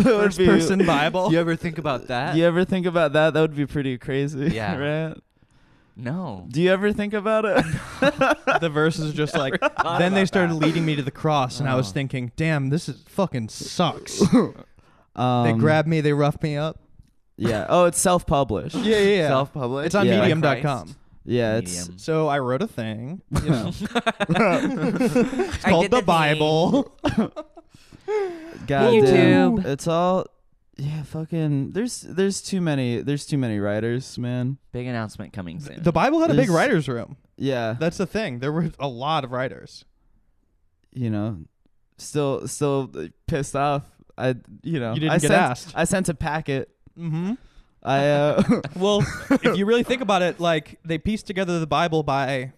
Speaker 1: First person Bible.
Speaker 2: You
Speaker 3: ever think about that?
Speaker 2: You ever think about that? That would be pretty crazy.
Speaker 3: Yeah.
Speaker 2: right.
Speaker 3: No.
Speaker 2: Do you ever think about it?
Speaker 1: the verses are just like. Then they started leading me to the cross, and I
Speaker 2: Uh-huh.
Speaker 1: was
Speaker 3: Oh.
Speaker 1: thinking, "Damn, this is fucking sucks."
Speaker 2: Um,
Speaker 1: they grab me. They rough me up.
Speaker 2: Yeah. Oh, it's self published.
Speaker 1: Yeah, yeah, yeah.
Speaker 3: Self-published.
Speaker 1: It's on
Speaker 2: Yeah.
Speaker 1: Medium.com.
Speaker 2: Yeah. It's
Speaker 3: Medium.
Speaker 1: So I wrote a thing. You know, it's
Speaker 3: I
Speaker 1: called
Speaker 3: did
Speaker 1: the
Speaker 3: the thing.
Speaker 1: Bible.
Speaker 2: goddamn.
Speaker 3: YouTube.
Speaker 2: It's all. Yeah, fucking. There's there's too many there's too many writers, man.
Speaker 3: Big announcement coming soon.
Speaker 1: The Bible had a big
Speaker 2: There's-
Speaker 1: writers' room.
Speaker 2: Yeah.
Speaker 1: That's the thing. There were a lot of writers.
Speaker 2: you know, still still uh, pissed off. I you know
Speaker 1: You didn't
Speaker 2: I
Speaker 1: get
Speaker 2: sent,
Speaker 1: asked.
Speaker 2: I sent a packet.
Speaker 1: Mm-hmm.
Speaker 2: I uh,
Speaker 1: Well, if you really think about it, like they pieced together the Bible by,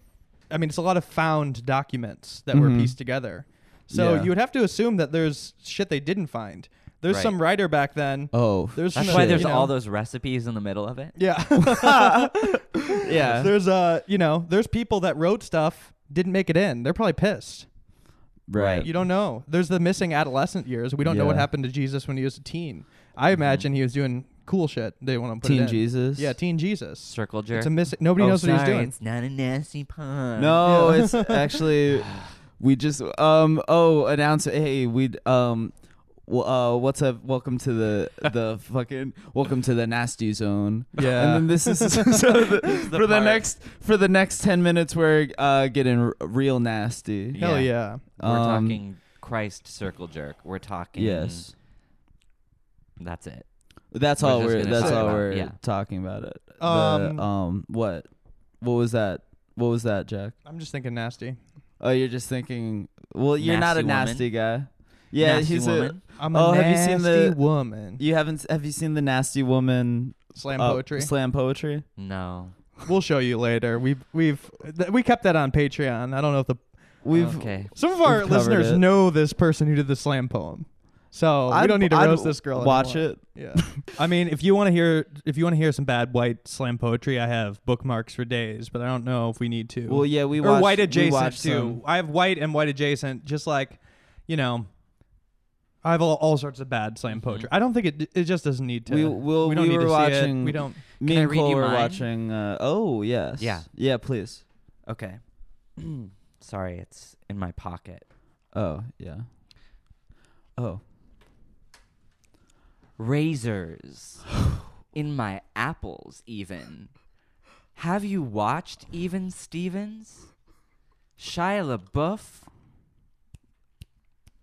Speaker 1: I mean, it's a lot of found documents that
Speaker 2: Mhm.
Speaker 1: were pieced together. So
Speaker 2: Yeah.
Speaker 1: you would have to assume that there's shit they didn't find. There's
Speaker 3: Right.
Speaker 1: some writer back then.
Speaker 2: oh
Speaker 1: There's
Speaker 3: That's
Speaker 1: some-
Speaker 3: why
Speaker 1: Shit.
Speaker 3: there's
Speaker 1: you know.
Speaker 3: all those recipes in the middle of it.
Speaker 1: Yeah.
Speaker 2: yeah
Speaker 1: There's uh, you know, there's people that wrote stuff didn't make it in. They're probably pissed.
Speaker 2: right
Speaker 1: You don't know. There's the missing adolescent years. We don't know what
Speaker 2: Yeah. Mm-hmm.
Speaker 1: happened to Jesus when he was a teen. I imagine he was doing cool shit. They want to put it
Speaker 2: Teen
Speaker 1: in.
Speaker 2: Jesus
Speaker 1: Yeah, teen Jesus.
Speaker 3: Circle jerk.
Speaker 1: It's a miss. Nobody
Speaker 3: Oh,
Speaker 1: knows what
Speaker 3: sorry,
Speaker 1: he was doing.
Speaker 3: It's not a nasty pun.
Speaker 2: no
Speaker 1: Yeah.
Speaker 2: it's actually we just um oh announce hey we um w- uh what's up welcome to the the fucking welcome to the nasty zone
Speaker 1: Yeah.
Speaker 2: and then this is so the,
Speaker 3: the
Speaker 2: for the
Speaker 3: part.
Speaker 2: next for the next 10 minutes we're uh getting r- real nasty
Speaker 1: Hell
Speaker 3: Yeah.
Speaker 1: yeah.
Speaker 3: We're
Speaker 2: Um,
Speaker 3: talking Christ circle jerk. We're talking.
Speaker 2: yes
Speaker 3: That's it.
Speaker 2: That's
Speaker 3: We're
Speaker 2: all
Speaker 3: just
Speaker 2: we're.
Speaker 3: gonna
Speaker 2: That's
Speaker 1: talk
Speaker 2: all
Speaker 3: about-
Speaker 2: we're
Speaker 3: yeah.
Speaker 2: talking about. It. The,
Speaker 1: Um,
Speaker 2: um, what? What was that? What was that, Jack?
Speaker 1: I'm just thinking nasty.
Speaker 2: Oh, you're just thinking. Well, you're not a
Speaker 3: Nasty woman.
Speaker 2: nasty guy. Yeah,
Speaker 3: Nasty
Speaker 2: he's
Speaker 3: woman.
Speaker 1: I'm
Speaker 2: Oh,
Speaker 1: a
Speaker 2: have you
Speaker 1: nasty
Speaker 2: seen the-
Speaker 1: woman.
Speaker 2: a. You haven't. s- Have you seen the nasty woman
Speaker 1: Slam
Speaker 2: uh,
Speaker 1: poetry.
Speaker 2: Slam poetry.
Speaker 3: No.
Speaker 1: we'll show you later. We've we've th- we kept that on Patreon. I don't know if the
Speaker 2: We've.
Speaker 3: okay.
Speaker 1: some of our
Speaker 2: We've covered
Speaker 1: listeners
Speaker 2: it.
Speaker 1: know this person who did the slam poem. So
Speaker 2: I'd-
Speaker 1: we don't need to
Speaker 2: I'd
Speaker 1: roast this girl.
Speaker 2: Watch
Speaker 1: anymore.
Speaker 2: it.
Speaker 1: Yeah. I mean, if you want to hear if you want to hear some bad white slam poetry, I have bookmarks for days, but I don't know if we need to.
Speaker 2: Well, yeah, we
Speaker 1: or
Speaker 2: watched.
Speaker 1: white
Speaker 2: we
Speaker 1: adjacent
Speaker 2: watched
Speaker 1: too.
Speaker 2: some.
Speaker 1: I have white and white adjacent, just like you know, I have all, all sorts of bad slam poetry. I don't think it it just doesn't need to.
Speaker 2: Mm-hmm. We- we'll-
Speaker 1: we don't
Speaker 2: we
Speaker 1: need
Speaker 2: were
Speaker 1: to see
Speaker 2: watching-
Speaker 1: it. We don't.
Speaker 2: Me
Speaker 3: Can I
Speaker 2: and
Speaker 3: read
Speaker 2: Cole
Speaker 3: you
Speaker 2: were
Speaker 3: mine?
Speaker 2: watching. Uh, oh yes.
Speaker 3: Yeah.
Speaker 2: Yeah. Please.
Speaker 3: Okay. Sorry, it's in my pocket.
Speaker 2: Oh yeah. Oh.
Speaker 3: razors in my apples even have you watched even stevens shia labeouf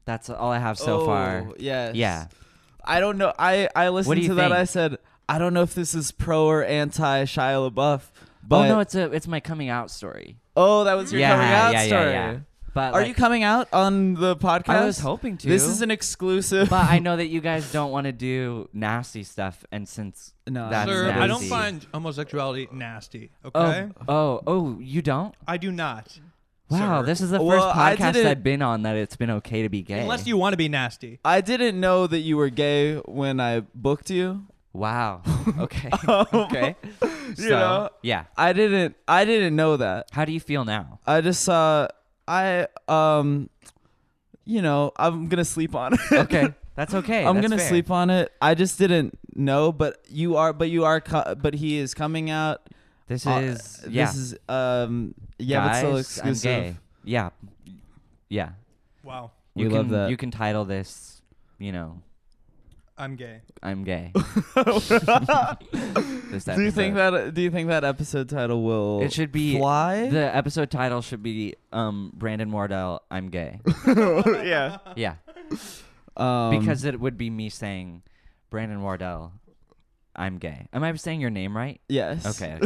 Speaker 3: that's all i have so
Speaker 2: Oh,
Speaker 3: far
Speaker 2: Yes.
Speaker 3: yeah
Speaker 2: I don't know. I I listened
Speaker 3: do
Speaker 2: to
Speaker 3: you
Speaker 2: that.
Speaker 3: think?
Speaker 2: I said I don't know if this is pro or anti Shia LaBeouf. But
Speaker 3: oh no it's a it's my coming out story
Speaker 2: oh, that was your
Speaker 3: yeah,
Speaker 2: coming out
Speaker 3: yeah,
Speaker 2: story.
Speaker 3: yeah yeah but
Speaker 2: Are
Speaker 3: like,
Speaker 2: you coming out on the podcast?
Speaker 3: i was hoping to
Speaker 2: This is an exclusive.
Speaker 3: but i know that you guys don't want to do nasty stuff and since
Speaker 2: No,
Speaker 3: that's
Speaker 1: Sir, I don't
Speaker 3: nasty-
Speaker 1: find homosexuality nasty.
Speaker 3: oh
Speaker 1: Okay,
Speaker 3: oh oh you don't
Speaker 1: I do not.
Speaker 3: wow
Speaker 1: sir.
Speaker 3: this is the
Speaker 2: Well,
Speaker 3: first
Speaker 2: I
Speaker 3: podcast
Speaker 2: didn't-
Speaker 3: i've been on that it's been okay to be gay
Speaker 1: Unless you want to be nasty.
Speaker 2: I didn't know that you were gay when I booked you.
Speaker 3: Wow. Okay. okay.
Speaker 2: Oh. You
Speaker 3: So,
Speaker 2: know,
Speaker 3: Yeah.
Speaker 2: I didn't. I didn't know that.
Speaker 3: How do you feel now?
Speaker 2: I just saw. I um, you know, I'm gonna sleep on it.
Speaker 3: Okay. That's okay.
Speaker 2: I'm
Speaker 3: that's
Speaker 2: gonna
Speaker 3: fair.
Speaker 2: sleep on it. I just didn't know, but you are, but you are, co- but he is coming out.
Speaker 3: This
Speaker 2: Uh,
Speaker 3: is yeah.
Speaker 2: This is um, yeah,
Speaker 3: Guys,
Speaker 2: but still exclusive.
Speaker 3: I'm gay. Yeah. Yeah.
Speaker 1: Wow,
Speaker 2: We
Speaker 3: you
Speaker 2: love
Speaker 3: can,
Speaker 2: that.
Speaker 3: You can title this. You know,
Speaker 1: I'm gay.
Speaker 3: I'm gay. This
Speaker 2: do you think
Speaker 3: episode.
Speaker 2: that? Do you think that episode title will?
Speaker 3: It should be
Speaker 2: fly.
Speaker 3: The episode title should be um, Brandon Wardell. I'm gay.
Speaker 2: yeah,
Speaker 3: yeah.
Speaker 2: um,
Speaker 3: Because it would be me saying, Brandon Wardell. I'm gay. Am I saying your name right?
Speaker 2: yes.
Speaker 3: Okay.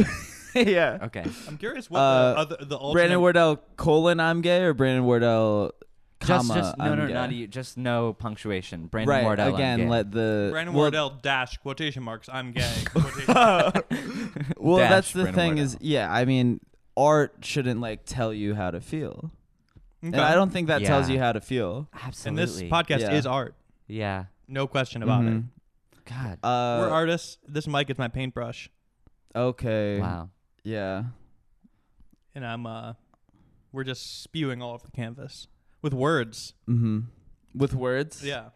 Speaker 3: Okay.
Speaker 2: yeah.
Speaker 3: okay.
Speaker 1: I'm curious what
Speaker 2: Uh,
Speaker 1: the other the alternate.
Speaker 2: Brandon Wardell colon I'm gay or Brandon Wardell
Speaker 3: Just,
Speaker 2: comma
Speaker 3: just no,
Speaker 2: I'm
Speaker 3: no,
Speaker 2: gay.
Speaker 3: not you. Just no punctuation. Brandon
Speaker 2: right
Speaker 3: Wardell I'm
Speaker 2: again.
Speaker 3: gay.
Speaker 2: Let the
Speaker 1: Brandon
Speaker 2: well,
Speaker 1: Wardell dash quotation marks. I'm gay. Quotation marks.
Speaker 2: Well,
Speaker 3: Dash
Speaker 2: that's the
Speaker 3: Brandon
Speaker 2: thing is
Speaker 3: Wardell.
Speaker 2: yeah. I mean, art shouldn't like tell you how to feel, and
Speaker 1: Okay.
Speaker 2: I don't think that tells
Speaker 3: Yeah.
Speaker 2: you how to feel.
Speaker 1: And
Speaker 3: Absolutely.
Speaker 1: this podcast
Speaker 2: Yeah.
Speaker 1: is art.
Speaker 3: Yeah.
Speaker 1: No question about it.
Speaker 2: Mhm.
Speaker 3: God.
Speaker 2: Uh,
Speaker 1: We're artists. This mic is my paintbrush,
Speaker 2: okay.
Speaker 3: wow.
Speaker 2: Yeah.
Speaker 1: and I'm uh, we're just spewing all over the canvas with words.
Speaker 2: Mm-hmm. With words.
Speaker 1: Yeah,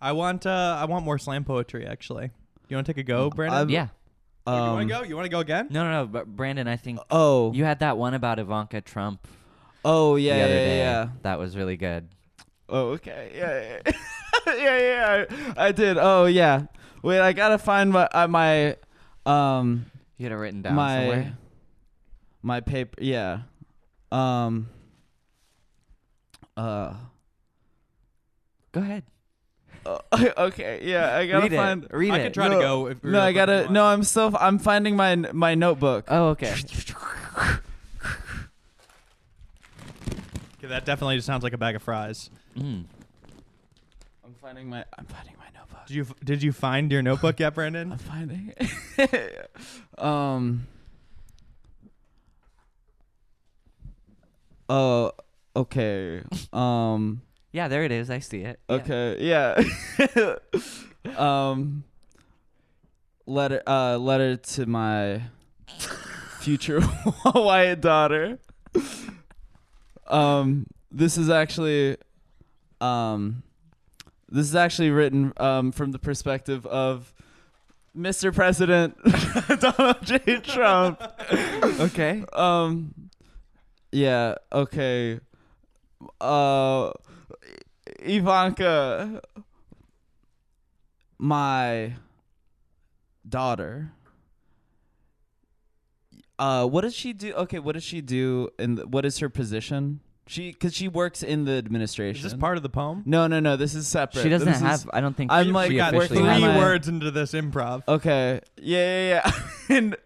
Speaker 1: I want uh, I want more slam poetry. Actually, you want to take a go, Brandon?
Speaker 2: Mm, I've-
Speaker 3: Yeah.
Speaker 1: Oh, you
Speaker 2: um,
Speaker 1: want to go? You want to go again?
Speaker 3: No, no, no. But Brandon, I think
Speaker 2: Oh.
Speaker 3: you had that one about Ivanka Trump
Speaker 2: oh yeah
Speaker 3: the
Speaker 2: yeah
Speaker 3: other
Speaker 2: yeah,
Speaker 3: day.
Speaker 2: yeah.
Speaker 3: That was really good.
Speaker 2: Oh okay yeah yeah yeah, yeah, I, I did oh yeah wait I gotta find my uh, my um
Speaker 3: You had it written down
Speaker 2: my
Speaker 3: somewhere.
Speaker 2: my paper yeah um uh
Speaker 3: Go ahead.
Speaker 2: oh, okay yeah I gotta
Speaker 3: Read
Speaker 2: find
Speaker 3: it. Read
Speaker 1: I
Speaker 3: it.
Speaker 1: could try
Speaker 2: No,
Speaker 1: to go. If
Speaker 2: no I gotta no I'm still I'm finding my my notebook
Speaker 3: oh, okay.
Speaker 1: Okay, that definitely just sounds like a bag of fries.
Speaker 3: Mm.
Speaker 2: I'm finding my I'm finding my notebook
Speaker 1: Did you did you find your notebook yet, Brandon?
Speaker 2: I'm finding it um oh okay um.
Speaker 3: Yeah, there it is. I see it. Yeah.
Speaker 2: Okay. Yeah. um. Letter. Uh. Letter to my future Hawaiian daughter. Um. This is actually. Um. This is actually written um, from the perspective of Mr. President Donald J. Trump.
Speaker 3: Okay.
Speaker 2: Um. Yeah. Okay. Uh, Ivanka, my daughter. Uh, what does she do? Okay, what does she do? And what is her position? She, cause she works in the administration.
Speaker 1: Is this part of the poem?
Speaker 2: No, no, no. This is separate.
Speaker 3: She doesn't
Speaker 2: This is-
Speaker 3: have. I don't think
Speaker 2: I'm
Speaker 3: she
Speaker 2: like-
Speaker 1: we got
Speaker 3: officially
Speaker 1: three
Speaker 2: I'm
Speaker 3: has
Speaker 2: like-
Speaker 3: it.
Speaker 1: words into this improv.
Speaker 2: Okay. Yeah, yeah, yeah. and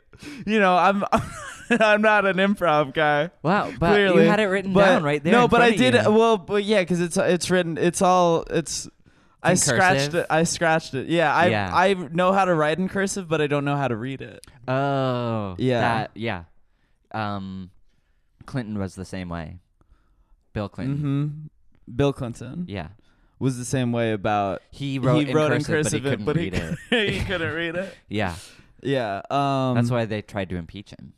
Speaker 2: you know, I'm, I'm not an improv guy.
Speaker 3: Wow, but
Speaker 2: Clearly.
Speaker 3: you had it written
Speaker 2: But-
Speaker 3: down right there.
Speaker 2: No,
Speaker 3: in
Speaker 2: but I
Speaker 3: front of
Speaker 2: did.
Speaker 3: you.
Speaker 2: Well, but yeah, because it's it's written. It's all it's. I
Speaker 3: in
Speaker 2: scratched
Speaker 3: cursive?
Speaker 2: it. I scratched it. Yeah, I
Speaker 3: Yeah.
Speaker 2: I know how to write in cursive, but I don't know how to read it.
Speaker 3: Oh.
Speaker 2: Yeah.
Speaker 3: That, yeah. Um, Clinton was the same way. Bill Clinton.
Speaker 2: hmm Bill Clinton
Speaker 3: Yeah.
Speaker 2: was the same way about.
Speaker 3: He wrote,
Speaker 2: he wrote
Speaker 3: in, cursive, but he couldn't
Speaker 2: but he
Speaker 3: read it.
Speaker 2: couldn't, he couldn't read it.
Speaker 3: Yeah.
Speaker 2: Yeah. Um,
Speaker 3: That's why they tried to impeach him.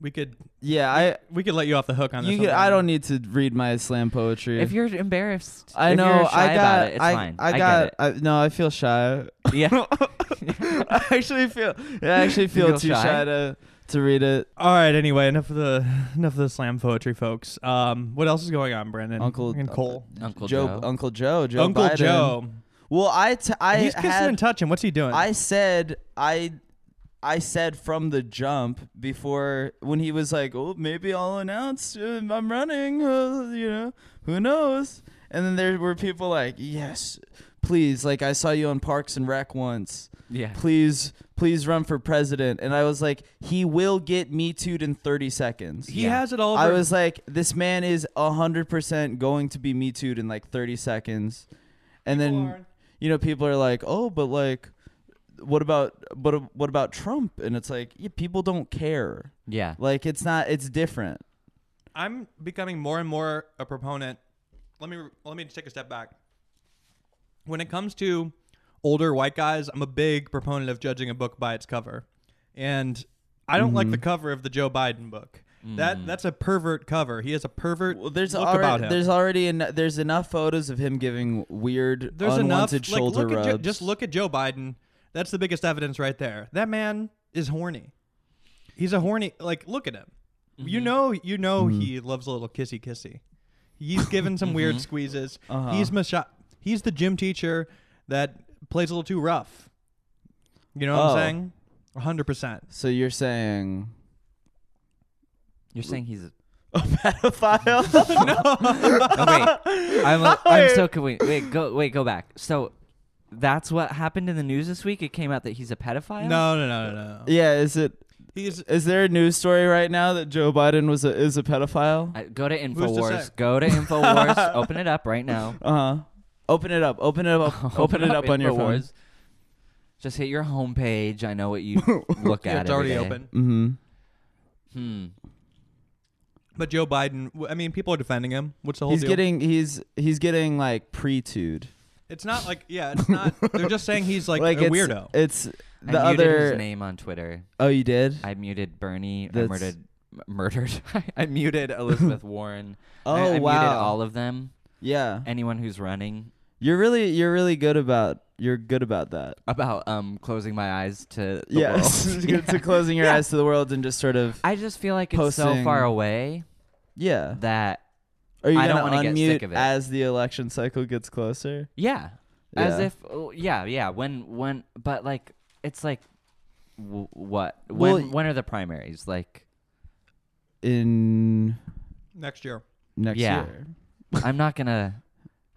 Speaker 1: We could
Speaker 2: Yeah, I
Speaker 1: we could let you off the hook on this.
Speaker 2: you
Speaker 1: one,
Speaker 2: could, I
Speaker 1: Brandon.
Speaker 2: don't need to read my slam poetry.
Speaker 3: If you're embarrassed,
Speaker 2: I
Speaker 3: if
Speaker 2: know
Speaker 3: you're shy
Speaker 2: I
Speaker 3: about
Speaker 2: got
Speaker 3: it, it's
Speaker 2: I,
Speaker 3: fine.
Speaker 2: I
Speaker 3: get
Speaker 2: got
Speaker 3: it.
Speaker 2: I, no, I feel shy.
Speaker 3: Yeah.
Speaker 2: I actually feel yeah, I actually
Speaker 3: You
Speaker 2: feel,
Speaker 3: feel
Speaker 2: too
Speaker 3: shy?
Speaker 2: shy? to to read it.
Speaker 1: All right. Anyway, enough of the enough of the slam poetry, folks. Um, what else is going on, Brandon?
Speaker 2: Uncle-
Speaker 1: and Cole.
Speaker 3: Uncle
Speaker 2: Joe,
Speaker 3: Joe.
Speaker 2: Uncle Joe, Joe
Speaker 1: Uncle
Speaker 2: Biden.
Speaker 1: Joe.
Speaker 2: Well, I t- I
Speaker 1: He's kissing
Speaker 2: had
Speaker 1: and touching. What's he doing?
Speaker 2: I said I I said from the jump before when he was like, "Oh, maybe I'll announce uh, I'm running." Uh, you know, who knows? And then there were people like, "Yes, please!" Like I saw you on Parks and Rec once.
Speaker 3: yeah.
Speaker 2: Please, please run for president. And I was like, he will get me too'd in 30 seconds.
Speaker 1: he
Speaker 3: Yeah.
Speaker 1: has it all. Over.
Speaker 2: I was like, this man is 100% going to be Me Too'd in like 30 seconds. And then, you know, people are like, oh, but like, what about but what about Trump? And it's like, yeah, people don't care.
Speaker 3: Yeah.
Speaker 2: Like it's not it's different.
Speaker 1: I'm becoming more and more a proponent. Let me let me take a step back. When it comes to older white guys, I'm a big proponent of judging a book by its cover, and I don't
Speaker 2: Mm-hmm.
Speaker 1: like the cover of the Joe Biden book. That that's a pervert cover. He has a pervert
Speaker 2: Mm. Well, there's
Speaker 1: look
Speaker 2: already
Speaker 1: about him.
Speaker 2: there's already en- there's enough photos of him giving weird
Speaker 1: There's enough.
Speaker 2: unwanted
Speaker 1: like,
Speaker 2: shoulder
Speaker 1: look at
Speaker 2: rubs.
Speaker 1: Joe, just look at Joe Biden. That's the biggest evidence right there. That man is horny. He's a horny. Like, look at him.
Speaker 2: Mm-hmm.
Speaker 1: You know, you know, he loves a little kissy kissy. He's given some weird squeezes.
Speaker 2: Uh-huh.
Speaker 1: He's macha- He's the gym teacher that plays a little too rough. You know what
Speaker 2: Oh.
Speaker 1: I'm saying? hundred percent.
Speaker 2: So you're saying
Speaker 3: You're saying he's. A,
Speaker 2: a pedophile?
Speaker 3: oh, wait. I'm. A, I'm so confused. Wait. Go. Wait. Go back. So, that's what happened in the news this week. It came out that he's a pedophile.
Speaker 1: No, no, no, no, no.
Speaker 2: yeah, is it
Speaker 1: He's
Speaker 2: is there a news story right now that Joe Biden was a, is a pedophile?
Speaker 3: I, go to
Speaker 1: say?
Speaker 3: Infowars. Go to Infowars. open it up right now.
Speaker 2: Uh huh. Open it up. Open it up. open, it up, on your phone.
Speaker 3: Infowars. Just hit your homepage. I know what you look at.
Speaker 1: yeah, it's
Speaker 3: every
Speaker 1: already
Speaker 3: day.
Speaker 1: open.
Speaker 2: Mm-hmm.
Speaker 3: Hmm.
Speaker 1: But Joe Biden. w- I mean, people are defending him. What's the whole
Speaker 2: He's
Speaker 1: deal?
Speaker 2: getting he's he's getting like pre-tude.
Speaker 1: it's not like yeah. It's not. they're just saying he's like, a
Speaker 2: it's,
Speaker 1: weirdo.
Speaker 2: It's the
Speaker 3: I muted
Speaker 2: other.
Speaker 3: his name on Twitter.
Speaker 2: Oh, you did.
Speaker 3: I muted Bernie. I
Speaker 2: That's-
Speaker 3: murdered. m- Murdered. I muted Elizabeth Warren.
Speaker 2: oh
Speaker 3: I, I
Speaker 2: wow.
Speaker 3: muted all of them.
Speaker 2: yeah.
Speaker 3: Anyone who's running
Speaker 2: You're really you're really good about you're good about that.
Speaker 3: about um closing my eyes to the
Speaker 2: yes.
Speaker 3: world.
Speaker 2: Good to closing your
Speaker 3: Yeah.
Speaker 2: eyes to the world and just sort of
Speaker 3: I just feel like it's so
Speaker 2: Posting.
Speaker 3: far away
Speaker 2: yeah.
Speaker 3: that
Speaker 2: Are you
Speaker 3: I don't
Speaker 2: gonna
Speaker 3: wanna
Speaker 2: unmute
Speaker 3: get sick of it.
Speaker 2: as the election cycle gets closer?
Speaker 3: yeah, as
Speaker 2: Yeah.
Speaker 3: if oh, yeah, yeah, when when but like it's like w- what when
Speaker 2: Well, y-
Speaker 3: when are the primaries like
Speaker 2: In
Speaker 1: Next year.
Speaker 2: next
Speaker 3: Yeah.
Speaker 2: year.
Speaker 3: I'm not going to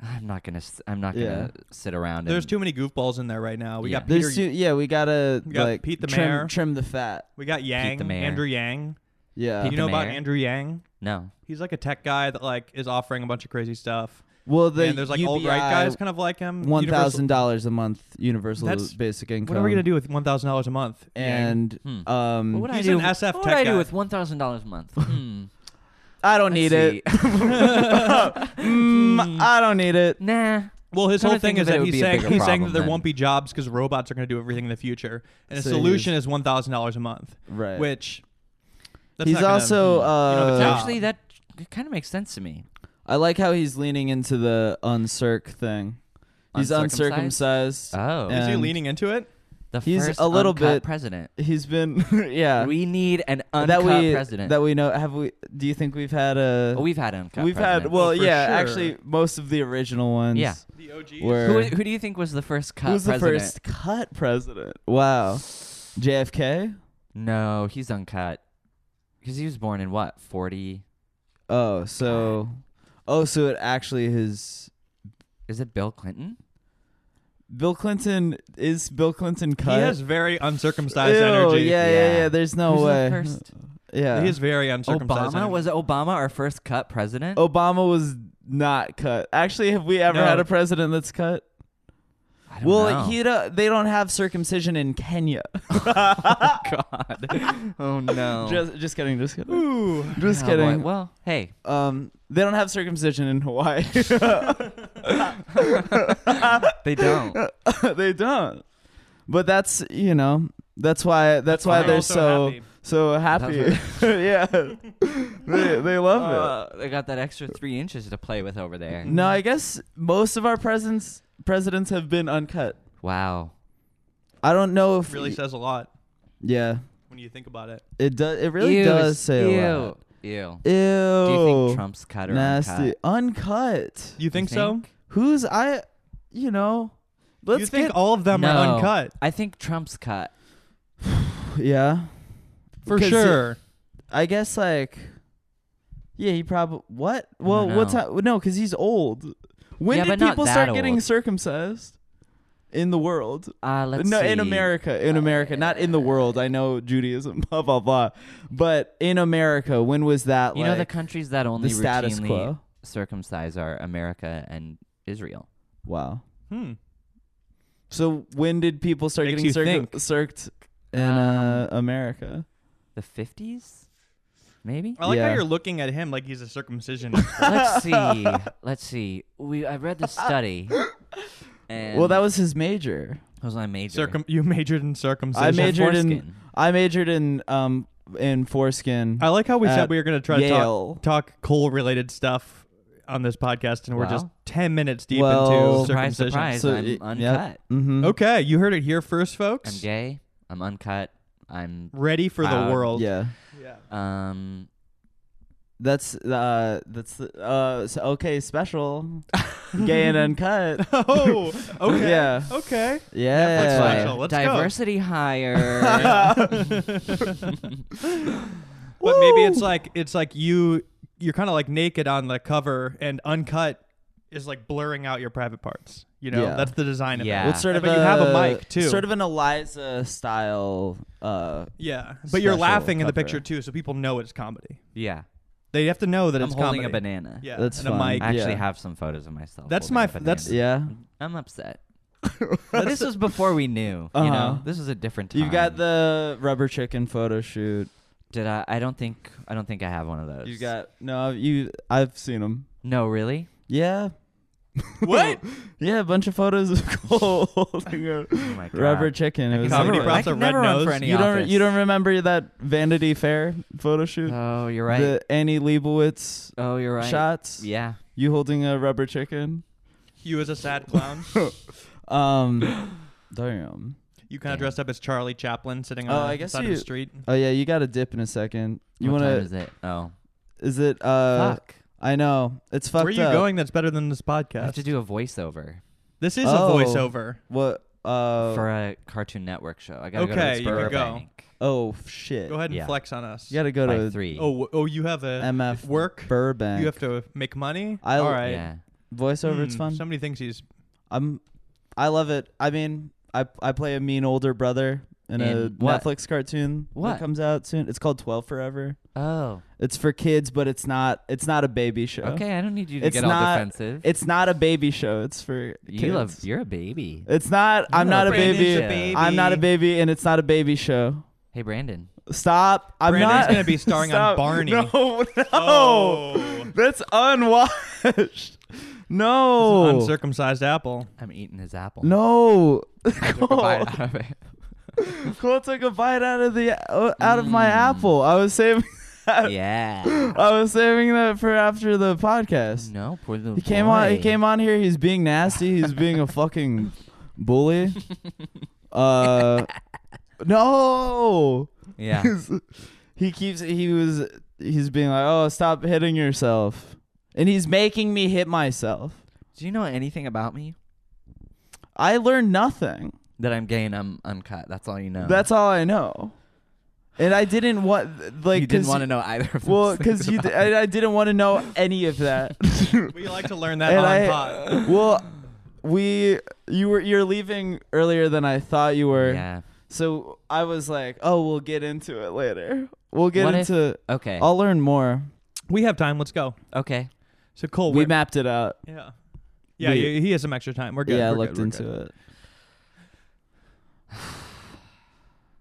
Speaker 3: I'm not going to I'm not going to sit around
Speaker 1: There's
Speaker 3: and
Speaker 1: too many goofballs in there right now. We got
Speaker 3: Yeah.
Speaker 1: Peter,
Speaker 2: There's two, yeah, we gotta
Speaker 1: We got
Speaker 2: like
Speaker 1: Pete the
Speaker 2: trim,
Speaker 1: Mayor.
Speaker 2: trim the fat.
Speaker 1: we got Yang,
Speaker 3: the Mayor.
Speaker 1: Andrew Yang.
Speaker 2: Yeah.
Speaker 1: Do you
Speaker 3: Pete
Speaker 1: know
Speaker 3: the
Speaker 1: about
Speaker 3: Mayor.
Speaker 1: Andrew Yang?
Speaker 3: no.
Speaker 1: He's like a tech guy that like is offering a bunch of crazy stuff.
Speaker 2: Well, the
Speaker 1: and there's like old right
Speaker 2: UBI
Speaker 1: guys kind of like him.
Speaker 2: one
Speaker 1: Universal-
Speaker 2: thousand dollars a month universal
Speaker 1: That's-
Speaker 2: basic income.
Speaker 1: What are we gonna do with one thousand dollars a month? Yang?
Speaker 2: And
Speaker 3: Hmm.
Speaker 2: um,
Speaker 3: What would
Speaker 1: he's
Speaker 3: I do?
Speaker 1: an SF
Speaker 3: what
Speaker 1: tech
Speaker 3: would I
Speaker 1: guy.
Speaker 3: do with one thousand dollars a month? Hmm.
Speaker 2: I don't need
Speaker 3: Let's
Speaker 2: it.
Speaker 3: see.
Speaker 2: Mm, I don't need it.
Speaker 3: nah.
Speaker 1: well, his
Speaker 3: Come
Speaker 1: whole
Speaker 3: to think
Speaker 1: thing is
Speaker 3: of it, it
Speaker 1: that
Speaker 3: would
Speaker 1: he's
Speaker 3: be a
Speaker 1: saying
Speaker 3: bigger
Speaker 1: he's saying that
Speaker 3: problem
Speaker 1: there
Speaker 3: then.
Speaker 1: won't be jobs because robots are gonna do everything in the future, and his
Speaker 2: So he
Speaker 1: solution is one thousand dollars a month,
Speaker 2: Right.
Speaker 1: which that's
Speaker 2: he's
Speaker 1: not gonna- Hmm.
Speaker 2: also.
Speaker 1: know, if
Speaker 2: Uh,
Speaker 1: it's Yeah.
Speaker 3: Actually, that kind of makes sense to me.
Speaker 2: I like how he's leaning into the uncirc thing. He's uncircumcised.
Speaker 3: Uncircumcised? Oh,
Speaker 1: is he
Speaker 2: and
Speaker 1: leaning into it?
Speaker 3: the
Speaker 2: he's
Speaker 3: first
Speaker 2: a little
Speaker 3: uncut
Speaker 2: bit-
Speaker 3: president.
Speaker 2: He's been. yeah.
Speaker 3: We need an
Speaker 2: that
Speaker 3: uncut
Speaker 2: we
Speaker 3: president.
Speaker 2: that we know. Have we? Do you think we've had a?
Speaker 3: Oh, we've had uncut.
Speaker 2: we've had.
Speaker 3: presidents.
Speaker 2: Well,
Speaker 1: Oh, for
Speaker 2: yeah.
Speaker 1: sure.
Speaker 2: Actually, most of the original ones.
Speaker 3: Yeah.
Speaker 1: The OGs.
Speaker 2: Where-
Speaker 3: who, who do you think was the first cut
Speaker 2: Who's
Speaker 3: president?
Speaker 2: the first cut president? Wow. JFK.
Speaker 3: No, he's uncut because he was born in what forty?
Speaker 2: Oh, so. Oh, so it actually his
Speaker 3: Is it Bill Clinton?
Speaker 2: Bill Clinton is Bill Clinton
Speaker 1: he
Speaker 2: cut.
Speaker 1: has very uncircumcised
Speaker 2: Ew,
Speaker 1: energy.
Speaker 2: Yeah, yeah,
Speaker 3: Yeah.
Speaker 2: yeah. There's no
Speaker 3: Who's
Speaker 2: way.
Speaker 3: The first?
Speaker 2: Yeah.
Speaker 1: He is very uncircumcised.
Speaker 3: Obama
Speaker 1: energy.
Speaker 3: was Obama our first cut president?
Speaker 2: Obama was not cut. Actually, have we ever
Speaker 1: No.
Speaker 2: had a president that's cut?
Speaker 3: I don't
Speaker 2: Well,
Speaker 3: know.
Speaker 2: he don't, they don't have circumcision in Kenya.
Speaker 3: Oh, God. oh no.
Speaker 2: Just just kidding, just kidding.
Speaker 1: Ooh.
Speaker 2: Just
Speaker 3: Oh, boy.
Speaker 2: kidding.
Speaker 3: Well, hey,
Speaker 2: Um they don't have circumcision in Hawaii.
Speaker 3: they don't.
Speaker 2: they don't. But that's, you know, that's why that's, why
Speaker 1: I'm
Speaker 2: they're
Speaker 1: also
Speaker 2: so
Speaker 1: happy.
Speaker 2: so happy. yeah, they they love it.
Speaker 3: Uh, they got that extra three inches to play with over there.
Speaker 2: No, I guess most of our presidents presidents have been uncut.
Speaker 3: Wow.
Speaker 2: I don't know if
Speaker 1: really says a lot
Speaker 2: yeah.
Speaker 1: when you think about it.
Speaker 2: It does. It really
Speaker 3: Ew,
Speaker 2: does say
Speaker 3: ew,
Speaker 2: a lot.
Speaker 3: Ew.
Speaker 2: Ew.
Speaker 3: Do you think Trump's cut or
Speaker 2: Oh, nasty
Speaker 3: uncut?
Speaker 2: uncut?
Speaker 1: You think, so?
Speaker 3: think?
Speaker 2: Who's I? You know. Let's
Speaker 1: you think
Speaker 2: get
Speaker 1: all of them
Speaker 3: No.
Speaker 1: are uncut
Speaker 3: I think Trump's cut.
Speaker 2: yeah.
Speaker 1: for
Speaker 2: 'Cause
Speaker 1: sure.
Speaker 2: I guess like. Yeah, he probably what? Well,
Speaker 3: don't
Speaker 2: what's
Speaker 3: know.
Speaker 2: ha- no? Because he's old. When
Speaker 3: Yeah,
Speaker 2: did
Speaker 3: but not
Speaker 2: people
Speaker 3: that
Speaker 2: start getting
Speaker 3: old.
Speaker 2: circumcised? In the world,
Speaker 3: Uh, let's
Speaker 2: no, in
Speaker 3: see.
Speaker 2: America, in America, not in the world. I know Judaism, blah blah blah, but in America, when was that?
Speaker 3: You know the
Speaker 2: like,
Speaker 3: countries that
Speaker 2: the
Speaker 3: only
Speaker 2: status
Speaker 3: routinely
Speaker 2: quo.
Speaker 3: circumcise are America and Israel.
Speaker 2: Wow.
Speaker 1: Hmm.
Speaker 2: So when did people start
Speaker 1: Makes
Speaker 2: getting
Speaker 1: you
Speaker 2: circ-
Speaker 1: think.
Speaker 2: circed in
Speaker 3: Um,
Speaker 2: uh, America?
Speaker 3: The 50s? Maybe?
Speaker 1: I like
Speaker 2: Yeah.
Speaker 1: how you're looking at him like he's a circumcision.
Speaker 3: Let's see. Let's see. We I read the study. And
Speaker 2: Well, that was his major.
Speaker 3: that was my major.
Speaker 1: Circum. You majored in circumcision.
Speaker 2: I
Speaker 3: There's a
Speaker 2: majored in
Speaker 3: foreskin.
Speaker 2: I majored in um in foreskin.
Speaker 1: I like how we
Speaker 2: at
Speaker 1: said we were going to try to
Speaker 2: Yale.
Speaker 1: talk, talk coal related stuff on this podcast, and we're just
Speaker 3: Well.
Speaker 1: 10 minutes deep
Speaker 2: Well-
Speaker 1: into
Speaker 3: Surprise,
Speaker 1: circumcision.
Speaker 3: surprise. I'm uncut.
Speaker 2: Mm-hmm.
Speaker 1: Okay, you heard it here first, folks.
Speaker 3: I'm gay. I'm uncut. I'm
Speaker 1: Ready for
Speaker 3: Proud.
Speaker 1: the world.
Speaker 2: Yeah.
Speaker 1: Yeah.
Speaker 3: um
Speaker 2: That's uh that's uh so, okay special, gay and uncut.
Speaker 1: Oh, okay.
Speaker 2: Yeah.
Speaker 1: Okay.
Speaker 2: Yeah.
Speaker 1: special. Let's go.
Speaker 3: diversity higher.
Speaker 1: But maybe it's like it's like you you're kind of like naked on the cover and uncut is like blurring out your private parts. You know,
Speaker 2: Yeah.
Speaker 1: that's the design of
Speaker 3: Yeah.
Speaker 1: it.
Speaker 2: It's sort of
Speaker 1: But you have a mic, too.
Speaker 2: Sort of an Eliza style. Uh,
Speaker 1: Yeah. But you're
Speaker 2: Special
Speaker 1: laughing in the
Speaker 2: cover.
Speaker 1: picture too, so people know it's comedy.
Speaker 3: yeah.
Speaker 1: They have to know that
Speaker 3: I'm
Speaker 1: it's
Speaker 3: holding
Speaker 1: comedy.
Speaker 3: a banana.
Speaker 1: Yeah.
Speaker 2: That's
Speaker 1: and a
Speaker 2: fun.
Speaker 1: mic.
Speaker 3: I actually
Speaker 2: Yeah.
Speaker 3: have some photos of myself.
Speaker 1: That's
Speaker 3: holding
Speaker 1: my-
Speaker 3: a banana.
Speaker 1: that's-
Speaker 2: yeah.
Speaker 3: I'm upset. But this was before we knew. You
Speaker 2: Uh-huh.
Speaker 3: know, this was a different time.
Speaker 2: You got the rubber chicken photo shoot.
Speaker 3: Did I? I don't think. I don't think I have one of those.
Speaker 2: You got no. You I've seen them.
Speaker 3: No, really.
Speaker 2: Yeah.
Speaker 1: What?
Speaker 2: Yeah, a bunch of photos of Cole holding a
Speaker 3: Oh my God.
Speaker 2: rubber chicken. It was
Speaker 1: Comedy
Speaker 2: like-
Speaker 1: never- props
Speaker 3: I
Speaker 1: of
Speaker 3: can
Speaker 1: red
Speaker 3: never run for
Speaker 1: nose.
Speaker 3: any
Speaker 2: you don't
Speaker 3: office.
Speaker 2: you don't remember that Vanity Fair photo shoot?
Speaker 3: Oh, you're right.
Speaker 2: The Annie Leibovitz
Speaker 3: oh, you're right.
Speaker 2: shots.
Speaker 3: Yeah.
Speaker 2: You holding a rubber chicken.
Speaker 1: You as a sad clown.
Speaker 2: Um, damn.
Speaker 1: You kind
Speaker 3: Damn.
Speaker 1: of dressed up as Charlie Chaplin sitting
Speaker 2: Oh,
Speaker 1: on
Speaker 2: I
Speaker 1: the
Speaker 2: guess
Speaker 1: side
Speaker 2: you-
Speaker 1: of the street.
Speaker 2: Oh yeah, you got to dip in a second. You
Speaker 3: what
Speaker 2: want to?
Speaker 3: time is it? Oh,
Speaker 2: Is it? Uh,
Speaker 3: fuck.
Speaker 2: I know it's fucked
Speaker 1: Where are you
Speaker 2: up.
Speaker 1: going that's better than this
Speaker 3: I have
Speaker 1: podcast?
Speaker 3: to do a voiceover
Speaker 1: this is
Speaker 2: Oh.
Speaker 1: a voiceover.
Speaker 2: What? Uh,
Speaker 3: for a Cartoon Network show. I gotta
Speaker 1: Okay, you
Speaker 3: go
Speaker 1: can
Speaker 3: to
Speaker 1: go.
Speaker 3: Burbank
Speaker 2: oh shit.
Speaker 1: Go ahead and
Speaker 3: Yeah.
Speaker 1: flex on us.
Speaker 2: You got to go
Speaker 3: by
Speaker 2: to
Speaker 3: three.
Speaker 1: Oh, w- oh, you have a
Speaker 2: MF
Speaker 1: work.
Speaker 2: Burbank.
Speaker 1: You have to make money.
Speaker 2: I-
Speaker 1: All right.
Speaker 3: yeah.
Speaker 2: voiceover. it's
Speaker 1: Hmm,
Speaker 2: fun.
Speaker 1: Somebody thinks he's
Speaker 2: I'm I love it. I mean, I I play a mean older brother in, a
Speaker 3: In what?
Speaker 2: Netflix cartoon that
Speaker 3: What?
Speaker 2: comes out soon. It's called 12 Forever.
Speaker 3: Oh,
Speaker 2: It's for kids, but it's not it's not a baby show.
Speaker 3: okay. I don't need you to
Speaker 2: It's
Speaker 3: get all
Speaker 2: not
Speaker 3: defensive.
Speaker 2: It's not a baby show. It's for
Speaker 3: you
Speaker 2: kids.
Speaker 3: love. You're a baby.
Speaker 2: It's not I'm not a
Speaker 1: Brandon's
Speaker 2: baby.
Speaker 1: a
Speaker 3: baby.
Speaker 2: I'm not a baby and it's not a baby show.
Speaker 3: Hey, Brandon.
Speaker 2: Stop. I'm
Speaker 1: Brandon's
Speaker 2: not
Speaker 1: gonna be starring on
Speaker 2: Stop.
Speaker 1: Barney.
Speaker 2: No, no.
Speaker 1: Oh.
Speaker 2: That's unwashed. No.
Speaker 1: an uncircumcised apple.
Speaker 3: I'm eating his apple.
Speaker 2: no.
Speaker 3: I took a bite out of it.
Speaker 2: Cole took a bite out of the uh, out of my apple. I was saving. That.
Speaker 3: Yeah.
Speaker 2: I was saving that for after the podcast.
Speaker 3: No, poor little
Speaker 2: He came on. He
Speaker 3: Mm, boy.
Speaker 2: came on here. He's being nasty. He's being a fucking bully. Uh, no.
Speaker 3: Yeah.
Speaker 2: He keeps. He was. He's being like, oh, stop hitting yourself, and he's making me hit myself.
Speaker 3: Do you know anything about me?
Speaker 2: I learned nothing.
Speaker 3: That I'm gay and I'm uncut. That's all you know.
Speaker 2: That's all I know. And I didn't want like
Speaker 3: you didn't
Speaker 2: 'cause-
Speaker 3: want to know either of
Speaker 2: Well,
Speaker 3: because
Speaker 2: because you, d- I, I didn't want to know any of that.
Speaker 1: We like to learn that
Speaker 2: and
Speaker 1: on
Speaker 2: I,
Speaker 1: pod.
Speaker 2: well, we, you were, you're leaving earlier than I thought you were.
Speaker 3: Yeah.
Speaker 2: So I was like, oh, we'll get into it later. We'll get
Speaker 3: What if-
Speaker 2: into.
Speaker 3: Okay.
Speaker 2: I'll learn more.
Speaker 1: We have time. Let's go.
Speaker 3: okay.
Speaker 1: So
Speaker 3: Oh,
Speaker 1: Cole,
Speaker 2: We
Speaker 1: we're-
Speaker 2: mapped it out.
Speaker 1: yeah, yeah.
Speaker 2: we-
Speaker 1: you- he has some extra time. We're good.
Speaker 2: yeah, I
Speaker 1: we're
Speaker 2: looked
Speaker 1: good, we're
Speaker 2: into
Speaker 1: good.
Speaker 2: it.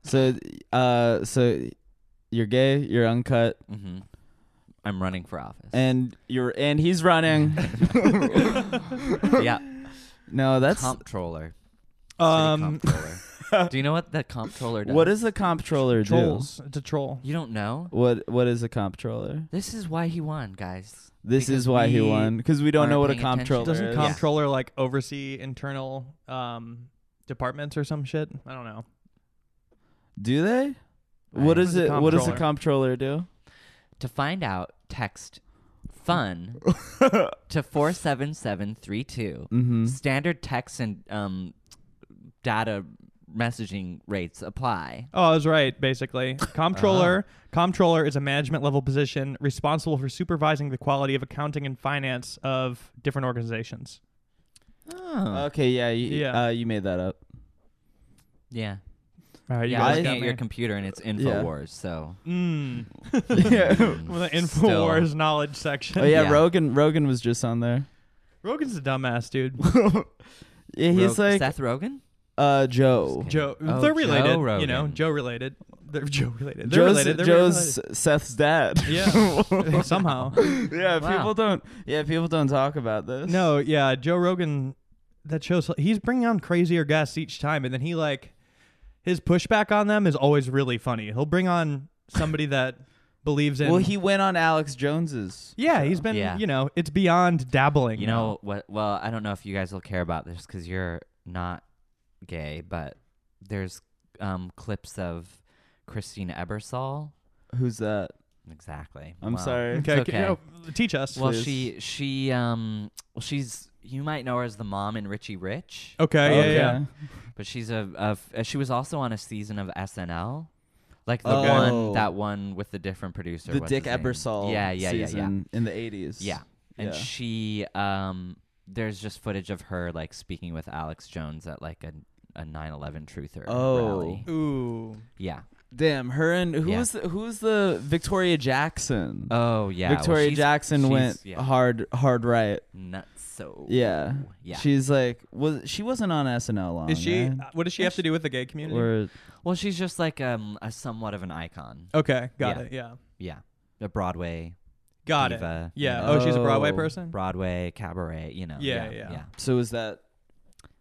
Speaker 2: So, uh, so you're gay, you're uncut,
Speaker 3: Mm-hmm. I'm running for office.
Speaker 2: and you're and he's running.
Speaker 3: yeah.
Speaker 2: No, that's
Speaker 3: Comptroller. City
Speaker 1: Um,
Speaker 3: comptroller. Do you know what the comptroller does?
Speaker 2: What does the comptroller
Speaker 1: Trolls. It's a troll.
Speaker 3: You don't know?
Speaker 2: do? What What is a comptroller?
Speaker 3: This is why he won, guys.
Speaker 2: This
Speaker 3: Because
Speaker 2: is why he
Speaker 3: we
Speaker 2: won because we don't know
Speaker 3: aren't
Speaker 2: what a
Speaker 3: paying attention.
Speaker 2: comptroller
Speaker 1: Doesn't
Speaker 2: is.
Speaker 3: Yeah.
Speaker 1: comptroller like oversee internal um departments or some shit? I don't know.
Speaker 2: Do they?
Speaker 3: Right.
Speaker 2: What
Speaker 3: What
Speaker 2: is
Speaker 1: is a
Speaker 2: it? What does the comptroller do?
Speaker 3: To find out, text fun to 47732.
Speaker 2: Mm-hmm.
Speaker 3: Standard text and um, data messaging rates apply.
Speaker 1: Oh, I was right. Basically, comptroller comptroller is a management level position responsible for supervising the quality of accounting and finance of different organizations.
Speaker 3: Oh.
Speaker 2: Okay, yeah, you,
Speaker 1: Yeah.
Speaker 2: Uh, you made that up.
Speaker 3: yeah.
Speaker 1: All right, you
Speaker 3: Yeah, I'm
Speaker 1: guys
Speaker 3: looking
Speaker 1: got
Speaker 3: at your
Speaker 1: me.
Speaker 3: computer and it's
Speaker 2: Yeah.
Speaker 3: InfoWars, so.
Speaker 1: Mm.
Speaker 2: yeah.
Speaker 3: Mm,
Speaker 1: Well, the
Speaker 3: still.
Speaker 1: Infowars knowledge section.
Speaker 2: Oh yeah,
Speaker 3: Yeah.
Speaker 2: Rogan. Rogan was just on there.
Speaker 1: Rogan's a dumbass dude.
Speaker 2: Yeah, he's
Speaker 3: Rog-
Speaker 2: like
Speaker 3: Seth Rogen?
Speaker 2: uh Joe.
Speaker 1: Joe,
Speaker 3: Oh,
Speaker 1: they're
Speaker 3: Joe
Speaker 1: related. you know,
Speaker 3: Rogan.
Speaker 1: Joe related. They're Joe related. They're
Speaker 2: Joe's
Speaker 1: related. They're
Speaker 2: Joe's Seth's dad.
Speaker 1: related. Yeah, somehow.
Speaker 2: yeah,
Speaker 3: Wow.
Speaker 2: people don't. Yeah, people don't talk about this.
Speaker 1: No, yeah, Joe Rogan. That shows he's bringing on crazier guests each time, and then he like his pushback on them is always really funny. He'll bring on somebody that believes in.
Speaker 2: Well, he went on Alex Jones's.
Speaker 1: yeah, he's been
Speaker 3: Yeah.
Speaker 1: you know it's beyond dabbling.
Speaker 3: You know what? Well, I don't know if you guys will care about this because you're not gay, but there's um, clips of Christine Ebersol.
Speaker 2: Who's that?
Speaker 3: Exactly.
Speaker 2: I'm
Speaker 3: Wow.
Speaker 2: sorry.
Speaker 1: okay,
Speaker 3: okay.
Speaker 1: you know, teach us.
Speaker 3: Well,
Speaker 2: Please.
Speaker 3: she she um well she's you might know her as the mom in Richie Rich,
Speaker 1: okay, yeah,
Speaker 2: Okay.
Speaker 1: yeah.
Speaker 3: but she's a, a f- uh, she was also on a season of SNL, like the
Speaker 2: Okay. Oh.
Speaker 3: one that one with the different producer,
Speaker 2: The
Speaker 3: what's
Speaker 2: Dick
Speaker 3: his name?
Speaker 2: Ebersol.
Speaker 3: Yeah, yeah, yeah, yeah.
Speaker 2: season In the 80s.
Speaker 3: Yeah. And
Speaker 2: Yeah.
Speaker 3: she um there's just footage of her like speaking with Alex Jones at like a a 11 truther
Speaker 2: Oh.
Speaker 3: rally.
Speaker 1: Ooh,
Speaker 3: Yeah.
Speaker 2: Damn. Her and who
Speaker 3: Yeah.
Speaker 2: was the, who was the Victoria Jackson?
Speaker 3: Oh yeah. Well,
Speaker 2: Victoria
Speaker 3: she's
Speaker 2: Jackson
Speaker 3: she's-
Speaker 2: went
Speaker 3: yeah.
Speaker 2: hard hard right.
Speaker 3: nuts so
Speaker 2: Yeah.
Speaker 3: Yeah.
Speaker 2: She's like was she wasn't on SNL long.
Speaker 1: is she?
Speaker 2: right?
Speaker 1: What does she have to do with the gay community?
Speaker 2: Or
Speaker 3: well, she's just like um a somewhat of an icon.
Speaker 1: okay, got
Speaker 3: Yeah.
Speaker 1: it. Yeah,
Speaker 3: Yeah. A Broadway
Speaker 1: got
Speaker 3: diva.
Speaker 1: it. Yeah.
Speaker 2: Yeah.
Speaker 1: Oh, she's a Broadway
Speaker 2: Oh,
Speaker 1: person.
Speaker 3: Broadway cabaret, you know.
Speaker 1: Yeah,
Speaker 3: yeah.
Speaker 1: yeah.
Speaker 3: It
Speaker 2: so is that?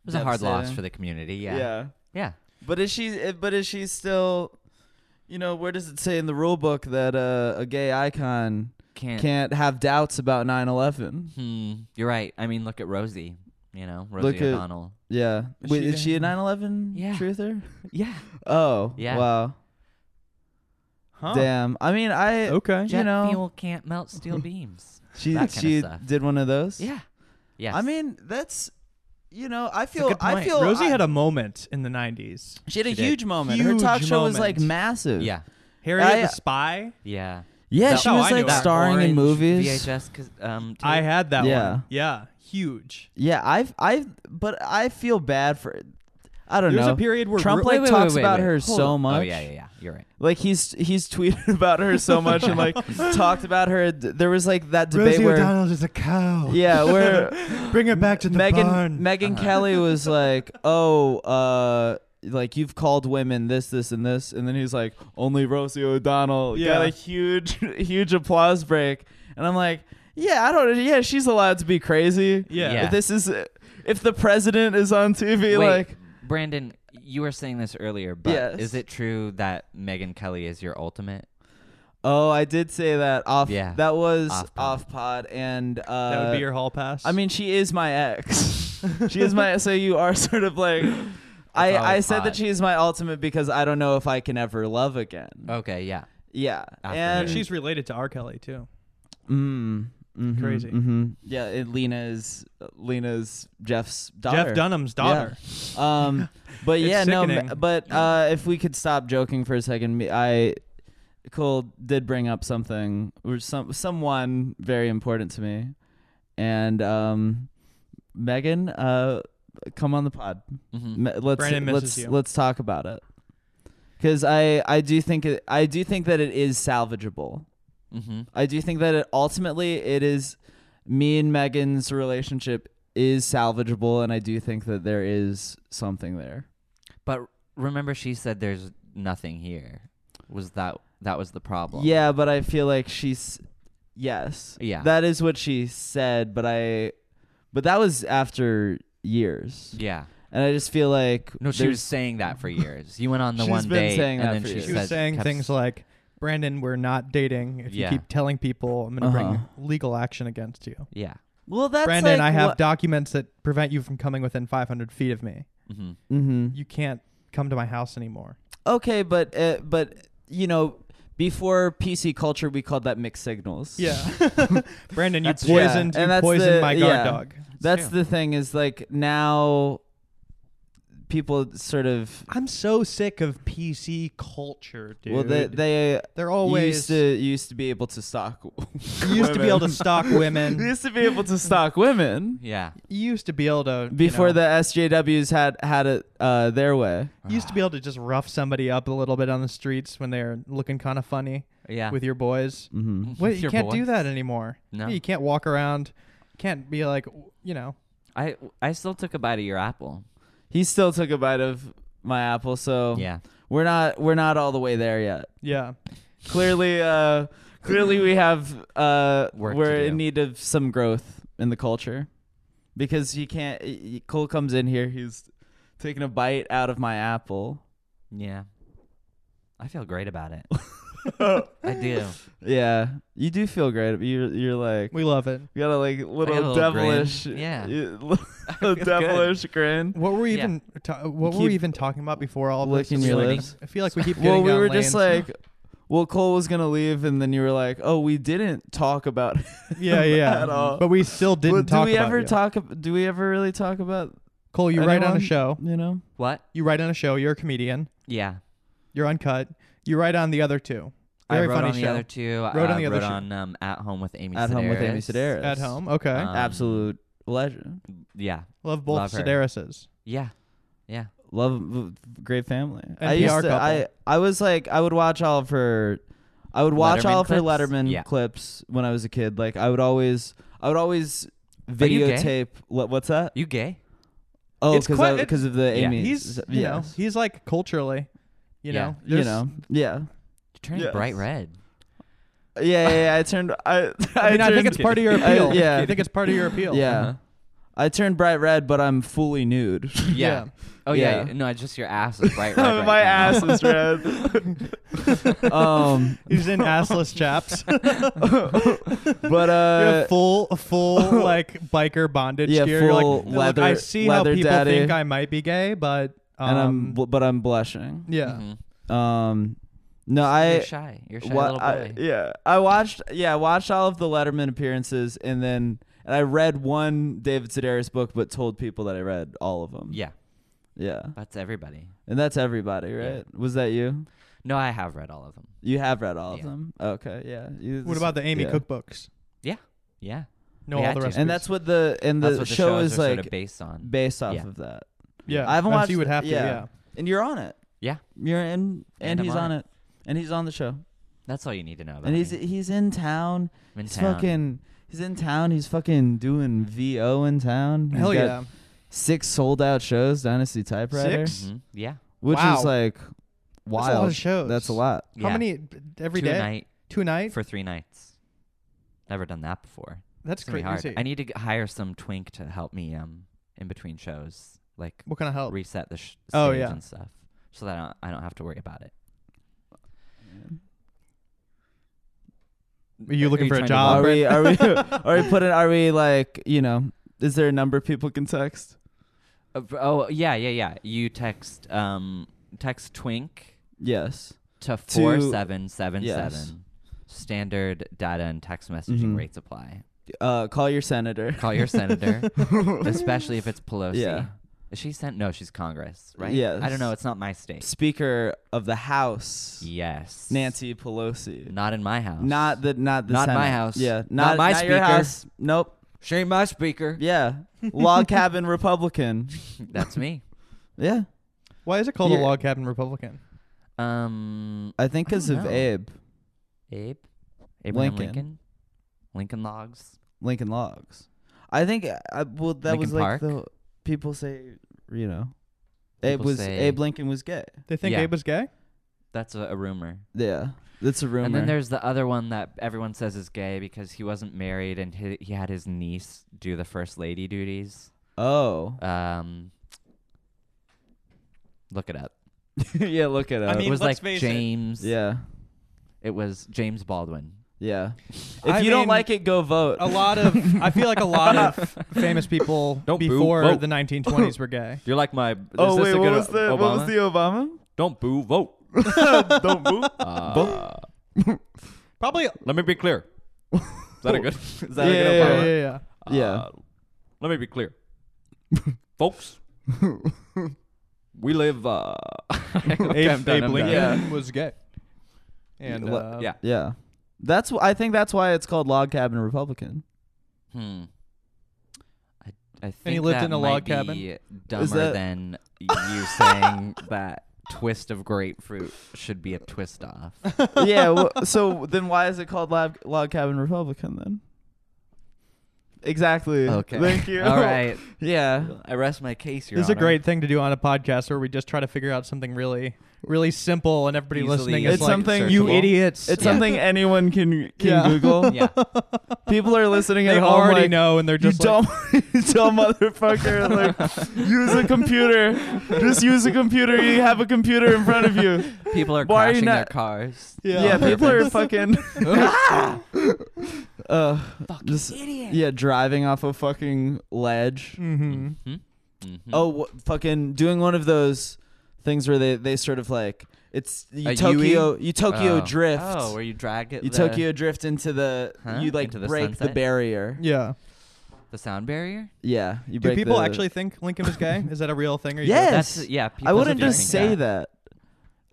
Speaker 3: was a hard loss
Speaker 2: Devastating.
Speaker 3: for the community. Yeah. Yeah.
Speaker 2: But is she? eh, But is she still? You know, where does it say in the rule book that uh, a gay icon
Speaker 3: Can't,
Speaker 2: can't have doubts about 9/11?
Speaker 3: Hmm, you're right. I mean, look at Rosie, you know, Rosie
Speaker 2: Look at-
Speaker 3: O'Donnell.
Speaker 2: Yeah. Wait,
Speaker 1: She
Speaker 2: is she a
Speaker 1: didn't-
Speaker 2: 9/11
Speaker 3: Yeah.
Speaker 2: truther?
Speaker 3: yeah.
Speaker 2: Oh.
Speaker 3: Yeah.
Speaker 2: Wow.
Speaker 1: Huh.
Speaker 2: Damn. I mean, I
Speaker 1: Okay.
Speaker 2: You
Speaker 3: Jet
Speaker 2: know-
Speaker 3: fuel can't melt steel beams.
Speaker 2: she
Speaker 3: that kinda
Speaker 2: she
Speaker 3: stuff.
Speaker 2: did one of those.
Speaker 3: Yeah. Yes.
Speaker 2: I mean, that's you know, I
Speaker 1: That's a
Speaker 2: feel
Speaker 1: good
Speaker 2: I
Speaker 1: point.
Speaker 2: feel
Speaker 1: Rosie
Speaker 2: I-
Speaker 1: had a moment in the '90s.
Speaker 2: she had a
Speaker 3: She did.
Speaker 2: huge moment. Her
Speaker 1: Huge
Speaker 2: talk show was like
Speaker 1: moment.
Speaker 2: massive.
Speaker 3: yeah,
Speaker 1: Harriet
Speaker 2: I- uh,
Speaker 1: the Spy.
Speaker 3: yeah.
Speaker 2: Yeah,
Speaker 1: That-
Speaker 2: she
Speaker 1: Oh,
Speaker 2: was
Speaker 1: I knew
Speaker 2: like
Speaker 1: her.
Speaker 3: That
Speaker 2: starring in
Speaker 3: orange
Speaker 2: movies.
Speaker 3: VHS, cause, um, tape.
Speaker 1: I had that
Speaker 2: Yeah.
Speaker 1: one. Yeah. Huge.
Speaker 2: Yeah, I've I've but I feel bad for I don't
Speaker 1: There was
Speaker 2: know.
Speaker 1: a period where
Speaker 2: Trump
Speaker 3: Wait,
Speaker 2: like
Speaker 3: wait, wait,
Speaker 2: talks
Speaker 3: wait,
Speaker 2: about
Speaker 3: wait.
Speaker 2: her
Speaker 3: Hold
Speaker 2: so
Speaker 3: on.
Speaker 2: much.
Speaker 3: Oh yeah, yeah, yeah. You're right.
Speaker 2: Like he's he's tweeted about her so much and like talked about her. There was like that debate where
Speaker 1: is a cow.
Speaker 2: yeah, where
Speaker 1: Bring her back to
Speaker 2: Megan Megan
Speaker 1: Uh-huh.
Speaker 2: Kelly was like, "Oh, uh like you've called women this, this, and this," and then he's like, "Only Rosie O'Donnell." Got
Speaker 1: Yeah.
Speaker 2: a huge, huge applause break, and I'm like, "Yeah, I don't. Yeah, she's allowed to be crazy.
Speaker 1: Yeah.
Speaker 3: Yeah.
Speaker 2: If this is if the president is on TV,
Speaker 3: Wait,
Speaker 2: like,
Speaker 3: Brandon, you were saying this earlier, but
Speaker 2: Yes.
Speaker 3: is it true that Megan Kelly is your ultimate?
Speaker 2: oh, I did say that off.
Speaker 3: Yeah.
Speaker 2: that was off
Speaker 3: Off
Speaker 2: pod,
Speaker 3: pod.
Speaker 2: and uh,
Speaker 1: That would be your hall pass.
Speaker 2: I mean, she is my ex. she is my. So you are sort of like. I, I
Speaker 3: always
Speaker 2: said that
Speaker 3: hot.
Speaker 2: she is my ultimate because I don't know if I can ever love again.
Speaker 3: Okay, yeah.
Speaker 2: Yeah,
Speaker 3: Oh. After
Speaker 2: and
Speaker 3: her.
Speaker 1: she's related to R. Kelly too.
Speaker 2: mm, mhm,
Speaker 1: Crazy.
Speaker 2: mhm. Yeah, and Lena's Lena's Jeff's daughter.
Speaker 1: Jeff Dunham's daughter.
Speaker 2: Um, but
Speaker 1: It's
Speaker 2: yeah, no.
Speaker 1: sickening.
Speaker 2: But uh, if we could stop joking for a second, me- I Cole did bring up something or some someone very important to me, and um, Megan, uh, come on the pod.
Speaker 3: hmm
Speaker 2: Me- let's
Speaker 1: Mm. Brandon misses
Speaker 2: let's
Speaker 1: you.
Speaker 2: let's talk about it because I I do think it I do think that it is salvageable.
Speaker 3: hmm
Speaker 2: I do think that it ultimately it is me and Megan's relationship is salvageable, and I do think that there is something there.
Speaker 3: But remember, she said there's nothing here. Was that that was the problem?
Speaker 2: Yeah, but I feel like she's yes.
Speaker 3: Yeah.
Speaker 2: That is what she said, but I but that was after years.
Speaker 3: Yeah.
Speaker 2: And I just feel like
Speaker 3: No, she
Speaker 2: there's-
Speaker 3: was saying that for years. You went on the
Speaker 2: She's
Speaker 3: one
Speaker 2: been
Speaker 3: date,
Speaker 2: saying
Speaker 3: and
Speaker 2: that
Speaker 3: then
Speaker 2: for
Speaker 3: she
Speaker 2: years.
Speaker 1: She
Speaker 3: said,
Speaker 1: was saying
Speaker 3: kept-
Speaker 1: things like, Brandon, we're not dating. If
Speaker 3: Yeah.
Speaker 1: you keep telling people, I'm going to
Speaker 2: Uh-huh.
Speaker 1: bring legal action against you.
Speaker 3: "Yeah,
Speaker 2: well, that's
Speaker 1: Brandon,
Speaker 2: like
Speaker 1: I have
Speaker 2: what-
Speaker 1: documents that prevent you from coming within 500 feet of me.
Speaker 3: mhm.
Speaker 2: Mhm.
Speaker 1: You can't come to my house anymore.
Speaker 2: Okay, but uh, but you know, before PC culture, we called that mixed signals.
Speaker 1: Brandon, you
Speaker 2: That's- yeah,
Speaker 1: poisoned,
Speaker 2: and
Speaker 1: you
Speaker 2: that's
Speaker 1: poisoned
Speaker 2: the-
Speaker 1: my guard
Speaker 2: yeah.
Speaker 1: dog.
Speaker 2: that's
Speaker 3: true.
Speaker 2: the thing. Is like now, people sort of
Speaker 1: I'm so sick of PC culture, dude.
Speaker 2: well they they
Speaker 1: are
Speaker 2: used
Speaker 1: always
Speaker 2: to used to be able to stalk.
Speaker 1: you used to be able to stalk women.
Speaker 2: used to be able to stalk women
Speaker 3: yeah."
Speaker 1: You used to be able to you
Speaker 2: before
Speaker 1: know,
Speaker 2: the SJWs had had it uh, their way.
Speaker 1: you used to be able to just rough somebody up a little bit on the streets when they're looking kind of funny
Speaker 3: Yeah.
Speaker 1: with your boys.
Speaker 2: Mm-hmm.
Speaker 1: Wait, you
Speaker 3: Your
Speaker 1: can't do
Speaker 3: boys.
Speaker 1: that anymore.
Speaker 3: No.
Speaker 1: You can't walk around. Can't be like, you know.
Speaker 3: I I still took a bite of your apple.
Speaker 2: He still took a bite of my apple, so
Speaker 3: Yeah.
Speaker 2: we're not we're not all the way there yet.
Speaker 1: Yeah.
Speaker 2: clearly uh clearly we have uh
Speaker 3: Work to
Speaker 2: we're in
Speaker 3: do.
Speaker 2: need of some growth in the culture because you can't y- y- cole comes in here he's taking a bite out of my apple
Speaker 3: Yeah. I feel great about it. I do.
Speaker 2: yeah you do feel great you're, you're like
Speaker 1: We love it.
Speaker 2: you got a like little,
Speaker 3: little grin.
Speaker 2: devilish
Speaker 3: Yeah.
Speaker 2: you-
Speaker 3: feel
Speaker 2: little
Speaker 3: good.
Speaker 2: devilish grin
Speaker 1: What were we
Speaker 3: Yeah.
Speaker 1: even ta- what were
Speaker 2: Keep
Speaker 1: we even talking about before all of this?
Speaker 2: licking
Speaker 1: It's
Speaker 2: your
Speaker 1: like-
Speaker 2: lips.
Speaker 1: I feel like we keep getting
Speaker 2: well we
Speaker 1: down
Speaker 2: were just
Speaker 1: lanes.
Speaker 2: like well cole was gonna leave and then you were like oh we didn't talk about
Speaker 1: yeah, yeah.
Speaker 2: at all.
Speaker 1: But we still didn't
Speaker 2: Well, do
Speaker 1: talk
Speaker 2: we
Speaker 1: about
Speaker 2: ever
Speaker 1: you.
Speaker 2: talk ab- do we ever really talk about
Speaker 1: Cole, you write on a
Speaker 2: anyone?
Speaker 1: show.
Speaker 2: you know
Speaker 3: What?
Speaker 1: You write on a show. You're a comedian.
Speaker 3: Yeah.
Speaker 1: You're uncut. You write on the other two. Very
Speaker 3: I wrote
Speaker 1: funny
Speaker 3: on the
Speaker 1: show.
Speaker 3: other two. I
Speaker 1: Wrote on
Speaker 3: uh,
Speaker 1: the other
Speaker 3: wrote
Speaker 1: two.
Speaker 3: on um, At Home with Amy
Speaker 2: at home with Amy
Speaker 3: Sedaris.
Speaker 2: Sedaris
Speaker 1: At home. Okay.
Speaker 2: Uh,
Speaker 3: Um,
Speaker 2: absolute legend.
Speaker 3: Yeah.
Speaker 1: love both
Speaker 3: love her.
Speaker 1: Sedarises.
Speaker 3: Yeah. Yeah.
Speaker 2: Love, great family. I
Speaker 1: NPR
Speaker 2: used to,
Speaker 1: couple.
Speaker 2: I, I was like, I would watch all of her, I would watch all
Speaker 3: Letterman
Speaker 2: of her
Speaker 3: clips?
Speaker 2: Letterman
Speaker 3: Yeah.
Speaker 2: clips when I was a kid. Like I would always, I would always
Speaker 3: you gay?
Speaker 2: videotape. What, what's that?
Speaker 3: You gay?
Speaker 2: Oh,
Speaker 1: It's
Speaker 2: because
Speaker 1: quite- it-
Speaker 2: because of the
Speaker 3: Yeah.
Speaker 2: Amy.
Speaker 1: He's you know
Speaker 2: yes.
Speaker 1: he's like culturally, you
Speaker 3: Yeah.
Speaker 1: know
Speaker 2: you
Speaker 1: there's-
Speaker 2: know, yeah.
Speaker 3: You're turning
Speaker 2: Yes.
Speaker 3: bright red.
Speaker 2: yeah, yeah, yeah. I turned. I,
Speaker 1: I mean I, think
Speaker 2: turned-
Speaker 1: it's part of your
Speaker 2: I-
Speaker 1: appeal.
Speaker 2: yeah.
Speaker 1: I think it's part of your appeal.
Speaker 2: Yeah.
Speaker 3: Uh-huh.
Speaker 2: I turned bright red, but I'm fully nude.
Speaker 3: Yeah. Oh yeah.
Speaker 2: Yeah.
Speaker 3: you- No, just your ass is bright red. right
Speaker 2: My
Speaker 3: now.
Speaker 2: ass is red. um,
Speaker 1: He's in assless chaps.
Speaker 2: but uh,
Speaker 1: You're full, full like biker bondage
Speaker 2: Yeah,
Speaker 1: gear. You're like,
Speaker 2: full
Speaker 1: "Look,
Speaker 2: leather-
Speaker 1: I see
Speaker 2: leather
Speaker 1: how people
Speaker 2: daddy."
Speaker 1: think I might be gay, but um,
Speaker 2: and I'm bl- mm-hmm. but I'm blushing.
Speaker 1: yeah,
Speaker 3: Mhm.
Speaker 2: Um, no,
Speaker 3: You're
Speaker 2: I,
Speaker 3: shy. You're a shy
Speaker 2: wa-
Speaker 3: little
Speaker 2: I
Speaker 3: boy.
Speaker 2: yeah, I watched yeah, I watched all of the Letterman appearances, and then and I read one David Sedaris book, but told people that I read all of them.
Speaker 3: yeah.
Speaker 2: yeah,
Speaker 3: That's everybody.
Speaker 2: and that's everybody,
Speaker 3: Yeah.
Speaker 2: right? Was that you?
Speaker 3: No, I have read all of them.
Speaker 2: You have read all of
Speaker 3: Yeah.
Speaker 2: them. Okay, yeah. You-
Speaker 1: What about the Amy
Speaker 2: yeah.
Speaker 1: cookbooks?
Speaker 3: Yeah.
Speaker 1: No,
Speaker 3: We
Speaker 1: all
Speaker 3: had
Speaker 1: the
Speaker 3: to.
Speaker 1: rest.
Speaker 2: And that's what the and
Speaker 3: That's
Speaker 2: the,
Speaker 3: what the
Speaker 2: show
Speaker 3: shows
Speaker 2: is
Speaker 3: are
Speaker 2: like
Speaker 3: sort of based on.
Speaker 2: based off
Speaker 3: Yeah.
Speaker 2: of that,
Speaker 1: yeah.
Speaker 2: I haven't
Speaker 1: that's-
Speaker 2: watched
Speaker 1: You would
Speaker 2: it.
Speaker 1: have to.
Speaker 2: Yeah.
Speaker 1: Yeah.
Speaker 2: and you're on it.
Speaker 3: Yeah.
Speaker 2: you're in, and,
Speaker 3: And I'm
Speaker 2: he's
Speaker 3: on
Speaker 2: on it, and he's on the show,
Speaker 3: That's all you need to know about
Speaker 2: and he's
Speaker 3: me.
Speaker 2: he's in town.
Speaker 3: I'm in
Speaker 2: He's
Speaker 3: town.
Speaker 2: fucking. He's in town. He's fucking doing VO in town. He's
Speaker 1: Hell
Speaker 2: got
Speaker 1: yeah.
Speaker 2: Six sold out shows, Dynasty Typewriter,
Speaker 1: Six?
Speaker 3: Mhm. Yeah.
Speaker 2: which
Speaker 1: Wow.
Speaker 2: is like Mm-hmm. wild.
Speaker 1: That's a lot of shows.
Speaker 2: That's a lot.
Speaker 1: How
Speaker 3: Yeah.
Speaker 1: many every
Speaker 3: Two
Speaker 1: day?
Speaker 3: a night
Speaker 1: Two a night.
Speaker 3: for three nights. Never done that before.
Speaker 1: That's
Speaker 3: It's gonna be hard.
Speaker 1: crazy.
Speaker 3: I need to g- hire some twink to help me um in between shows, like
Speaker 1: What kind of help?
Speaker 3: reset the sh-
Speaker 1: Oh,
Speaker 3: stage
Speaker 1: yeah.
Speaker 3: and stuff, so that I don't, I don't have to worry about it.
Speaker 1: Are you looking for a
Speaker 3: trying to
Speaker 1: job?
Speaker 2: Are
Speaker 3: work?
Speaker 2: we? Are we? Are we putting? Are we like? You know? Is there a number people can text?
Speaker 3: Uh, b- Oh yeah, yeah, yeah. You text um text twink
Speaker 2: Yes.
Speaker 3: to four seven seven
Speaker 2: Yes.
Speaker 3: seven. Standard data and text messaging
Speaker 2: Mhm.
Speaker 3: rates apply.
Speaker 2: Uh, call your senator.
Speaker 3: Call your senator, especially if it's Pelosi.
Speaker 2: Yeah.
Speaker 3: Is she sent? No, she's Congress, right? I
Speaker 2: Yes.
Speaker 3: don't know. It's not my state.
Speaker 2: Speaker of the House,
Speaker 3: Yes.
Speaker 2: Nancy Pelosi.
Speaker 3: Not in my house.
Speaker 2: Not the not the
Speaker 3: Not my
Speaker 2: Senate.
Speaker 3: house.
Speaker 2: Yeah,
Speaker 3: Not my
Speaker 2: your
Speaker 3: speaker.
Speaker 2: house. Nope.
Speaker 3: Shame my speaker.
Speaker 2: Yeah, log cabin Republican.
Speaker 3: That's me.
Speaker 2: Yeah,
Speaker 1: Why is it called a
Speaker 2: You're-
Speaker 1: log cabin Republican?
Speaker 3: Um,
Speaker 2: I think
Speaker 3: I don't
Speaker 2: because of
Speaker 3: know.
Speaker 2: Abe
Speaker 3: Abe, Abraham
Speaker 2: Lincoln.
Speaker 3: Lincoln, Lincoln, logs.
Speaker 2: Lincoln Logs. I think uh, I, well that was
Speaker 3: Lincoln
Speaker 2: like
Speaker 3: Park?
Speaker 2: the people say you know Abe
Speaker 3: People
Speaker 2: was
Speaker 3: say-
Speaker 2: Abe Lincoln was gay.
Speaker 1: They think
Speaker 3: Yeah.
Speaker 1: Abe was gay.
Speaker 3: That's a, a rumor.
Speaker 2: Yeah, that's a rumor.
Speaker 3: And then there's the other one that everyone says is gay because he wasn't married and he, he had his niece do the first lady duties.
Speaker 2: oh
Speaker 3: Um, Look it up.
Speaker 2: yeah, look it up.
Speaker 4: I mean,
Speaker 3: it was
Speaker 4: let's
Speaker 3: like
Speaker 4: face it.
Speaker 3: James.
Speaker 2: yeah,
Speaker 3: It was James Baldwin.
Speaker 2: yeah. If
Speaker 1: I
Speaker 2: you don't
Speaker 1: mean,
Speaker 2: like it, go vote.
Speaker 1: A lot of I feel like a lot of famous people
Speaker 4: Don't boo,
Speaker 1: before
Speaker 4: vote.
Speaker 1: the 1920s were gay.
Speaker 4: You're like my.
Speaker 2: oh
Speaker 4: is this
Speaker 2: wait,
Speaker 4: a
Speaker 2: what
Speaker 4: good
Speaker 2: was the
Speaker 4: Obama?
Speaker 2: what was the Obama?
Speaker 4: Don't boo, vote.
Speaker 2: don't boo.
Speaker 4: Uh,
Speaker 1: Probably
Speaker 4: Let me be clear. Is that a good?
Speaker 2: Is
Speaker 1: yeah,
Speaker 2: that a good
Speaker 1: yeah, yeah,
Speaker 2: Obama?
Speaker 1: yeah.
Speaker 2: Yeah.
Speaker 4: Uh, let me be clear, folks. we live. Uh, okay, I'm done,
Speaker 1: Abe
Speaker 4: I'm done.
Speaker 1: Lincoln
Speaker 2: Yeah.
Speaker 1: was gay. And
Speaker 2: What-
Speaker 1: uh,
Speaker 4: Yeah.
Speaker 2: Yeah. That's wh- I think that's why it's called log cabin Republican.
Speaker 3: Hmm. I, I think
Speaker 1: he lived
Speaker 3: that
Speaker 1: in a
Speaker 3: might
Speaker 1: log cabin?
Speaker 3: be Dumber
Speaker 2: that-
Speaker 3: than you saying that twist of grapefruit should be a twist off.
Speaker 2: yeah. wh- so then why is it called log, log cabin Republican then? Exactly.
Speaker 3: Okay.
Speaker 2: Thank you.
Speaker 3: All right.
Speaker 2: Yeah.
Speaker 3: I rest my case. Your
Speaker 1: this is a
Speaker 3: Honor.
Speaker 1: great thing to do on a podcast where we just try to figure out something really, really simple, and everybody
Speaker 3: Easily
Speaker 1: listening is
Speaker 2: It's
Speaker 1: like,
Speaker 2: something-
Speaker 1: "You
Speaker 2: searchable.
Speaker 1: idiots!"
Speaker 2: It's
Speaker 3: Yeah.
Speaker 2: something anyone can can
Speaker 1: Yeah.
Speaker 2: Google.
Speaker 3: Yeah.
Speaker 2: People are listening
Speaker 1: they
Speaker 2: at home
Speaker 1: already
Speaker 2: like,
Speaker 1: know, and they're
Speaker 2: You
Speaker 1: just like,
Speaker 2: dumb, you dumb motherfucker! Like, use a computer. Just use a computer. You have a computer in front of you.
Speaker 3: People are
Speaker 2: Why are you
Speaker 3: crashing their
Speaker 2: not-
Speaker 3: cars.
Speaker 1: Yeah.
Speaker 2: Yeah, people are
Speaker 3: Perfect.
Speaker 2: fucking. Ah! uh, just, Yeah, driving off a fucking ledge.
Speaker 1: "Mm-hmm."
Speaker 3: Mhm. Mhm.
Speaker 2: Oh, wh- fucking doing one of those things where they, they sort of like it's you
Speaker 3: A
Speaker 2: Tokyo you Tokyo
Speaker 3: Oh.
Speaker 2: drift.
Speaker 3: Oh, where you drag it.
Speaker 2: you
Speaker 3: the,
Speaker 2: Tokyo drift into the
Speaker 3: Huh?
Speaker 2: you like
Speaker 3: Into the
Speaker 2: break the
Speaker 3: sunset?
Speaker 2: barrier.
Speaker 1: Yeah.
Speaker 3: the sound barrier.
Speaker 2: Yeah, you
Speaker 1: Do
Speaker 2: break
Speaker 1: people
Speaker 2: the-
Speaker 1: actually think Lincoln was gay? Is that a real thing? Or you
Speaker 2: Yes.
Speaker 3: That's yeah. People
Speaker 2: I wouldn't
Speaker 3: do
Speaker 2: just
Speaker 3: think
Speaker 2: say that.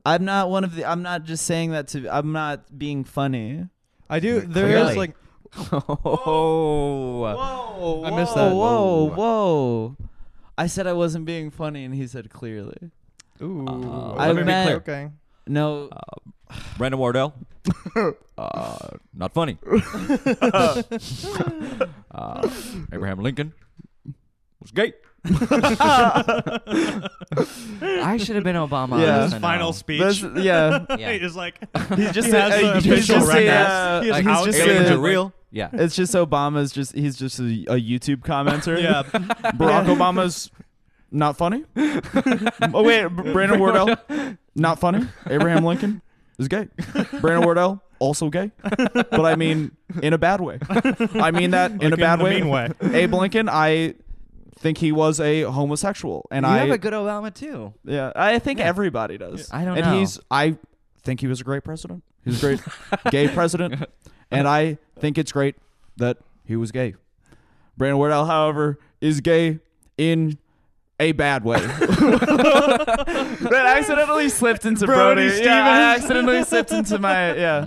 Speaker 2: I'm not one of the. I'm not just saying that to. I'm not being funny.
Speaker 1: I do. There is
Speaker 3: Clearly.
Speaker 1: like,
Speaker 3: oh.
Speaker 2: Whoa!
Speaker 1: I missed that.
Speaker 2: Whoa! Whoa! I said I wasn't being funny, and he said clearly.
Speaker 1: ooh,
Speaker 4: Uh,
Speaker 2: I
Speaker 1: Let me be
Speaker 2: meant-
Speaker 1: clear. Okay.
Speaker 2: No.
Speaker 1: Uh,
Speaker 4: Brandon Wardell. uh, not funny. uh, Abraham Lincoln was gay.
Speaker 3: I should have been Obama.
Speaker 2: Yeah.
Speaker 3: I
Speaker 2: His
Speaker 3: don't know.
Speaker 1: Final speech.
Speaker 2: That's, yeah.
Speaker 3: Yeah.
Speaker 1: He is like,
Speaker 2: He's just
Speaker 1: He has
Speaker 2: a,
Speaker 1: the
Speaker 2: he's
Speaker 1: official
Speaker 2: just a,
Speaker 1: records.
Speaker 2: uh,
Speaker 1: He is
Speaker 2: he's
Speaker 1: out
Speaker 2: just
Speaker 1: there.
Speaker 4: Aliens
Speaker 2: a-
Speaker 4: are real. Yeah.
Speaker 2: It's just Obama's just he's just a, a YouTube commenter.
Speaker 1: yeah.
Speaker 2: Barack Obama's not funny. oh wait, Br- Brandon Wardell not funny. Abraham Lincoln is gay. Brandon Wardell also gay, but I mean in a bad way. I mean that in a
Speaker 1: Like,
Speaker 2: bad
Speaker 1: the
Speaker 2: way.
Speaker 1: mean way.
Speaker 2: Abe Lincoln, I think he was a homosexual, and
Speaker 3: you
Speaker 2: I
Speaker 3: have a good Obama too.
Speaker 2: yeah, I think everybody does.
Speaker 3: I don't
Speaker 2: and
Speaker 3: know.
Speaker 2: he's I think he was a great president. He was a great gay president. And I think it's great that he was gay. Brandon Wardell, however, is gay in a bad way. that accidentally slipped into
Speaker 1: Brody
Speaker 2: Brody. Yeah, I
Speaker 1: Stevens.
Speaker 2: accidentally slipped into my yeah.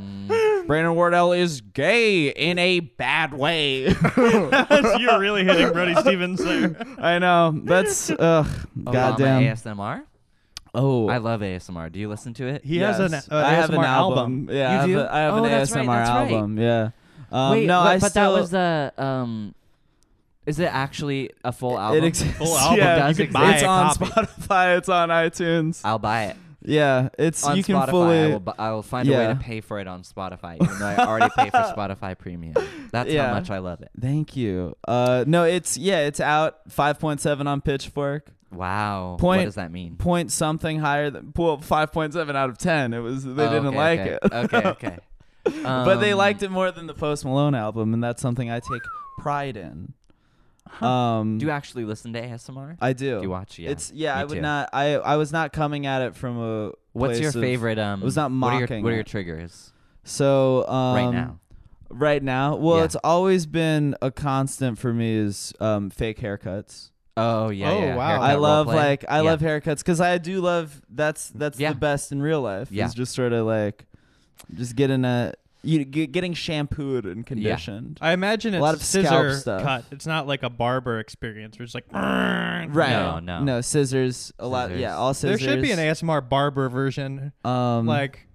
Speaker 2: Brandon Wardell is gay in a bad way.
Speaker 1: You're really hitting Brody Stevens there.
Speaker 2: I know. That's ugh
Speaker 3: Obama
Speaker 2: goddamn.
Speaker 3: ASMR.
Speaker 2: oh,
Speaker 3: I love ASMR. Do you listen to it?
Speaker 1: He has an,
Speaker 2: Yes.
Speaker 1: an
Speaker 2: I have
Speaker 1: ASMR
Speaker 2: an
Speaker 1: album.
Speaker 2: Yeah, I
Speaker 3: You
Speaker 2: have,
Speaker 3: do?
Speaker 2: a, I have
Speaker 3: Oh,
Speaker 2: an
Speaker 3: that's
Speaker 2: ASMR
Speaker 3: right, that's right.
Speaker 2: album. Yeah. Um,
Speaker 3: Wait,
Speaker 2: no,
Speaker 3: but,
Speaker 2: I
Speaker 3: but
Speaker 2: still,
Speaker 3: that was the um. Is it actually a full album?
Speaker 2: It exists.
Speaker 1: Full album
Speaker 2: Yeah,
Speaker 3: does
Speaker 2: you can
Speaker 3: exist.
Speaker 2: buy it's
Speaker 1: a
Speaker 2: on
Speaker 1: copy.
Speaker 2: Spotify. It's on iTunes.
Speaker 3: I'll buy it
Speaker 2: Yeah, it's
Speaker 3: on
Speaker 2: you can
Speaker 3: Spotify.
Speaker 2: fully.
Speaker 3: I will. Bu- I will find a way
Speaker 2: Yeah.
Speaker 3: to pay for it on Spotify, even though I already pay for Spotify Premium. That's
Speaker 2: Yeah.
Speaker 3: how much I love it.
Speaker 2: Thank you. Uh, no, it's yeah, it's out five point seven on Pitchfork.
Speaker 3: Wow.
Speaker 2: Point-
Speaker 3: What does that mean?
Speaker 2: Point something higher than well, five point seven out of ten. It was they
Speaker 3: Oh,
Speaker 2: didn't
Speaker 3: okay,
Speaker 2: like
Speaker 3: okay.
Speaker 2: it,
Speaker 3: Okay. Okay.
Speaker 2: but they
Speaker 3: Um,
Speaker 2: liked it more than the Post Malone album, and that's something I take pride in. Um,
Speaker 3: Do you actually listen to ASMR?
Speaker 2: I do.
Speaker 3: Do you watch? Yeah.
Speaker 2: It's yeah.
Speaker 3: me
Speaker 2: I would
Speaker 3: too.
Speaker 2: not. I I was not coming at it from a.
Speaker 3: What's your
Speaker 2: place of-
Speaker 3: favorite? Um.
Speaker 2: it was not
Speaker 3: what are your-
Speaker 2: mocking
Speaker 3: What are your
Speaker 2: it.
Speaker 3: triggers
Speaker 2: So um,
Speaker 3: right now?
Speaker 2: Right now, well,
Speaker 3: Yeah.
Speaker 2: it's always been a constant for me is um, fake haircuts.
Speaker 3: Oh yeah.
Speaker 1: Oh,
Speaker 3: yeah.
Speaker 1: wow.
Speaker 3: Haircut
Speaker 2: I
Speaker 3: role
Speaker 2: love
Speaker 3: play.
Speaker 2: like I
Speaker 3: Yeah.
Speaker 2: love haircuts because I do love that's that's
Speaker 3: Yeah.
Speaker 2: the best in real life.
Speaker 3: Yeah.
Speaker 2: It's just sort of like just getting a you get, getting shampooed and conditioned.
Speaker 1: I imagine
Speaker 2: A
Speaker 1: it's
Speaker 2: lot of scalp
Speaker 1: scissor
Speaker 2: stuff.
Speaker 1: cut. It's not like a barber experience where it's like.
Speaker 2: Right.
Speaker 3: No, no.
Speaker 2: No, scissors. A lot.
Speaker 3: Scissors.
Speaker 2: Yeah, all
Speaker 1: There
Speaker 2: scissors.
Speaker 1: should be an ASMR barber version.
Speaker 2: um
Speaker 1: like,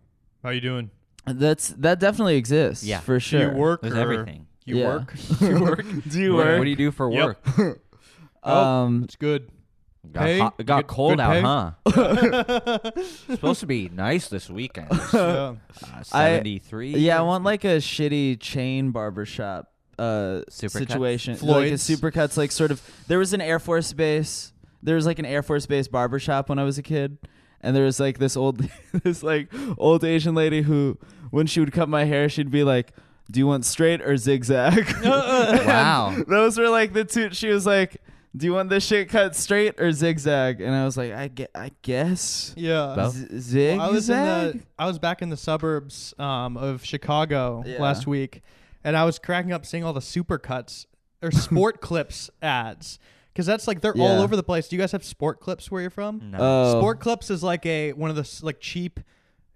Speaker 1: how you doing?
Speaker 2: that's that definitely exists.
Speaker 3: Yeah.
Speaker 2: for
Speaker 1: Do
Speaker 2: sure.
Speaker 1: you work?
Speaker 3: There's
Speaker 1: or
Speaker 3: everything.
Speaker 1: You
Speaker 2: Yeah.
Speaker 1: work? you work?
Speaker 2: Do you
Speaker 3: What-
Speaker 2: work?
Speaker 3: What do you do for
Speaker 1: Yep.
Speaker 3: work?
Speaker 2: um,
Speaker 1: It's good.
Speaker 3: Got,
Speaker 1: Pay?
Speaker 3: hot,
Speaker 1: Good-
Speaker 3: got cold
Speaker 1: good pay?
Speaker 3: out, huh? Supposed to be nice this weekend.
Speaker 1: Yeah.
Speaker 3: Uh, 73.
Speaker 2: yeah, I want like a shitty chain barbershop uh
Speaker 3: Supercuts?
Speaker 2: situation. Like a
Speaker 1: Floyd's?
Speaker 2: supercuts like sort of there was an Air Force base there was like an Air Force Base barbershop when I was a kid, and there was like this old this like old Asian lady who when she would cut my hair, she'd be like, "Do you want straight or zigzag?"
Speaker 3: Wow.
Speaker 2: Those were like the two. She was like, "Do you want this shit cut straight or zigzag?" And I was like, "I get, I guess."
Speaker 1: Yeah.
Speaker 3: Well,
Speaker 2: Z- zigzag.
Speaker 1: I was in the, I was back in the suburbs um, of Chicago
Speaker 2: Yeah.
Speaker 1: last week, and I was cracking up seeing all the supercuts or sport clips ads because that's like they're all
Speaker 2: Yeah.
Speaker 1: over the place. Do you guys have sport clips where you're from?
Speaker 3: No.
Speaker 2: Oh.
Speaker 1: Sport clips is like a one of the s- like cheap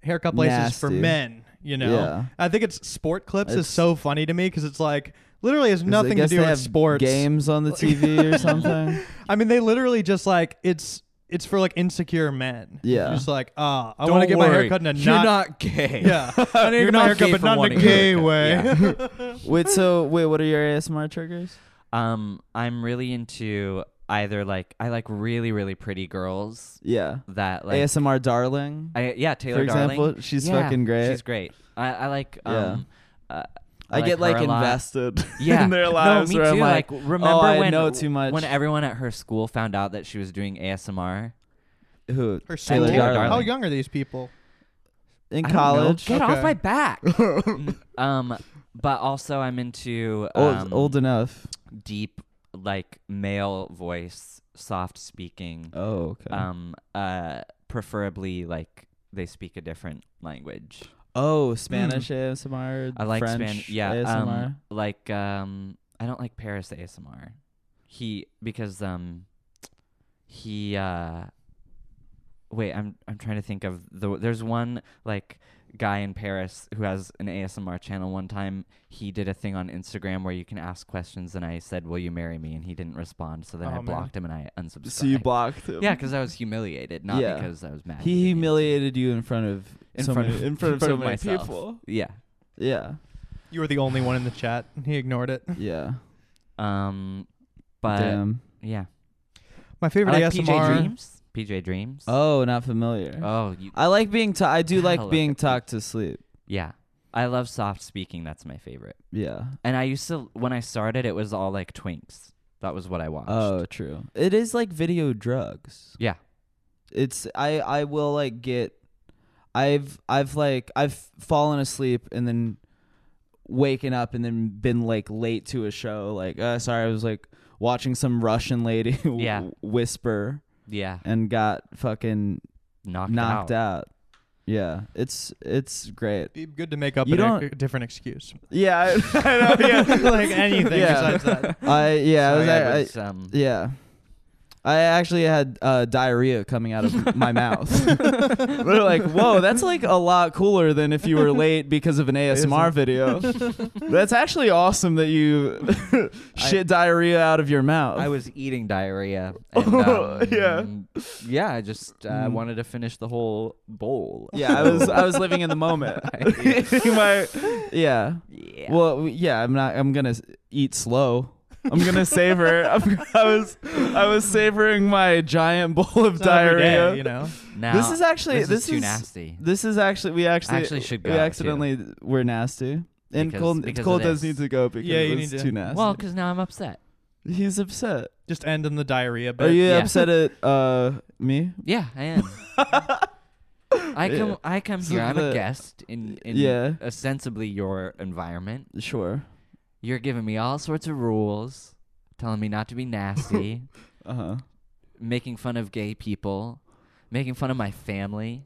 Speaker 1: haircut places for
Speaker 2: Nasty.
Speaker 1: men. You know,
Speaker 2: Yeah.
Speaker 1: I think it's sport clips is
Speaker 2: It's-
Speaker 1: so funny to me because it's like literally has
Speaker 2: 'Cause I
Speaker 1: nothing to
Speaker 2: guess
Speaker 1: do
Speaker 2: they
Speaker 1: with
Speaker 2: have
Speaker 1: sports.
Speaker 2: Games on the TV or something.
Speaker 1: I mean, they literally just like it's. It's for like insecure men.
Speaker 2: Yeah.
Speaker 1: just like ah, I
Speaker 4: Don't
Speaker 1: want to get my hair
Speaker 4: worry.
Speaker 1: cut in a
Speaker 4: You're
Speaker 1: knot
Speaker 4: not gay.
Speaker 1: yeah, I
Speaker 4: You're
Speaker 1: need my
Speaker 4: not
Speaker 1: haircut,
Speaker 4: gay
Speaker 1: but
Speaker 4: for
Speaker 1: not in
Speaker 4: wanting
Speaker 1: a
Speaker 4: a
Speaker 1: gay
Speaker 4: haircut.
Speaker 1: way.
Speaker 2: Wait, so wait, what are your ASMR triggers?
Speaker 3: Um, I'm really into either like I like really really pretty girls
Speaker 2: Yeah.
Speaker 3: that like
Speaker 2: ASMR darling.
Speaker 3: I, yeah Taylor
Speaker 2: for
Speaker 3: Darling.
Speaker 2: example, she's
Speaker 3: Yeah,
Speaker 2: fucking great.
Speaker 3: She's great. I, I like
Speaker 2: Yeah.
Speaker 3: um. Uh,
Speaker 2: I, get
Speaker 3: her
Speaker 2: like
Speaker 3: a lot.
Speaker 2: invested
Speaker 3: Yeah.
Speaker 2: in their lives
Speaker 3: no, me
Speaker 2: where
Speaker 3: too.
Speaker 2: I'm like,
Speaker 3: remember
Speaker 2: oh, I
Speaker 3: when
Speaker 2: know too much.
Speaker 3: when everyone at her school found out that she was doing ASMR?
Speaker 2: who
Speaker 1: Her
Speaker 2: Taylor
Speaker 1: soul.
Speaker 2: Darling.
Speaker 1: How young are these people?
Speaker 2: in
Speaker 3: I don't know.
Speaker 2: college
Speaker 3: Get
Speaker 1: Okay.
Speaker 3: off my back. um, but also I'm into
Speaker 2: old,
Speaker 3: um,
Speaker 2: old enough.
Speaker 3: deep like male voice, soft speaking.
Speaker 2: Oh, okay.
Speaker 3: Um, uh, preferably like they speak a different language.
Speaker 2: oh, Spanish ASMR.
Speaker 3: I like
Speaker 2: French
Speaker 3: Spanish. Yeah,
Speaker 2: ASMR.
Speaker 3: Um, like um, I don't like Paris ASMR. He because um, he uh, wait, I'm I'm trying to think of the. There's one like guy in Paris who has an ASMR channel. One time he did a thing on Instagram where you can ask questions, and I said, "Will you marry me?" and he didn't respond. So then
Speaker 1: Oh,
Speaker 3: I
Speaker 1: man.
Speaker 3: blocked him and I unsubscribed.
Speaker 2: so you blocked him.
Speaker 3: Yeah, because I was humiliated, not
Speaker 2: Yeah.
Speaker 3: because I was mad.
Speaker 2: he humiliated you in front of
Speaker 3: In
Speaker 2: so
Speaker 3: front
Speaker 2: many,
Speaker 3: of-
Speaker 2: in front
Speaker 3: in
Speaker 2: of
Speaker 3: front
Speaker 2: so
Speaker 3: of
Speaker 2: many
Speaker 3: myself.
Speaker 2: people.
Speaker 3: Yeah.
Speaker 2: Yeah,
Speaker 1: You were the only one in the chat. He ignored it.
Speaker 2: yeah.
Speaker 3: Um, but
Speaker 2: Damn.
Speaker 3: yeah.
Speaker 1: My
Speaker 3: I
Speaker 4: Uh,
Speaker 1: favorite
Speaker 3: like
Speaker 1: ASMR.
Speaker 3: PJ Dreams. PJ Dreams.
Speaker 2: Oh, not familiar.
Speaker 3: Oh, you,
Speaker 2: I like being. Ta- I do
Speaker 3: Gotta
Speaker 2: like
Speaker 3: look
Speaker 2: being
Speaker 3: at
Speaker 2: talked to sleep.
Speaker 3: yeah. I love soft speaking. That's my favorite.
Speaker 2: Yeah.
Speaker 3: And I used to, when I started, it was all like twinks. That was what I watched.
Speaker 2: Oh, true. It is like video drugs.
Speaker 3: Yeah.
Speaker 2: It's I I will like get I've I've like I've fallen asleep and then waken up and then been like late to a show like uh sorry I was like watching some Russian lady w-
Speaker 3: Yeah.
Speaker 2: whisper
Speaker 3: Yeah.
Speaker 2: and got fucking
Speaker 3: Knocked,
Speaker 2: knocked
Speaker 3: out.
Speaker 2: out. Yeah. It's it's great.
Speaker 1: Be good to make up
Speaker 2: You
Speaker 1: an-
Speaker 2: don't-
Speaker 1: a different excuse.
Speaker 2: Yeah. I, I know, yeah.
Speaker 1: like anything
Speaker 2: Yeah.
Speaker 1: besides that.
Speaker 2: I yeah, I was,
Speaker 3: Sorry,
Speaker 2: I-
Speaker 3: I
Speaker 2: I-
Speaker 3: was, um,
Speaker 2: Yeah. I actually had uh, diarrhea coming out of my mouth. They're like, whoa, that's like a lot cooler than if you were late because of an ASMR video. that's actually awesome that you shit diarrhea out of your mouth.
Speaker 3: I was eating diarrhea. And, um, yeah. Yeah. I just uh,
Speaker 2: Mm.
Speaker 3: wanted to finish the whole bowl.
Speaker 2: yeah, I was I was living in the moment. My- yeah.
Speaker 3: yeah.
Speaker 2: Well, yeah, I'm not. I'm gonna s- eat slow. I'm gonna savor. I'm, I was I was savoring my giant bowl of
Speaker 1: It's not every
Speaker 2: diarrhea.
Speaker 1: day, you know.
Speaker 3: now,
Speaker 2: this is actually
Speaker 3: this, is, too
Speaker 2: is-
Speaker 3: nasty.
Speaker 2: This is actually we actually
Speaker 3: actually should go,
Speaker 2: we
Speaker 3: too.
Speaker 2: accidentally were nasty. And
Speaker 3: Because-
Speaker 2: Cole,
Speaker 3: because
Speaker 2: Cole
Speaker 3: of
Speaker 2: does
Speaker 3: this.
Speaker 2: need to go because
Speaker 1: Yeah, you
Speaker 2: it's
Speaker 1: need to-
Speaker 2: too nasty.
Speaker 3: Well, because now I'm upset.
Speaker 2: He's upset.
Speaker 1: Just end in the diarrhea. But
Speaker 2: Are you
Speaker 3: Yeah.
Speaker 2: upset at uh me?
Speaker 3: Yeah, I am. I
Speaker 2: Yeah.
Speaker 3: come. I come
Speaker 2: So
Speaker 3: here. I'm a
Speaker 2: the-
Speaker 3: guest in, in
Speaker 2: Yeah.
Speaker 3: ostensibly your environment.
Speaker 2: Sure.
Speaker 3: You're giving me all sorts of rules, telling me not to be nasty,
Speaker 2: Uh huh.
Speaker 3: making fun of gay people, making fun of my family.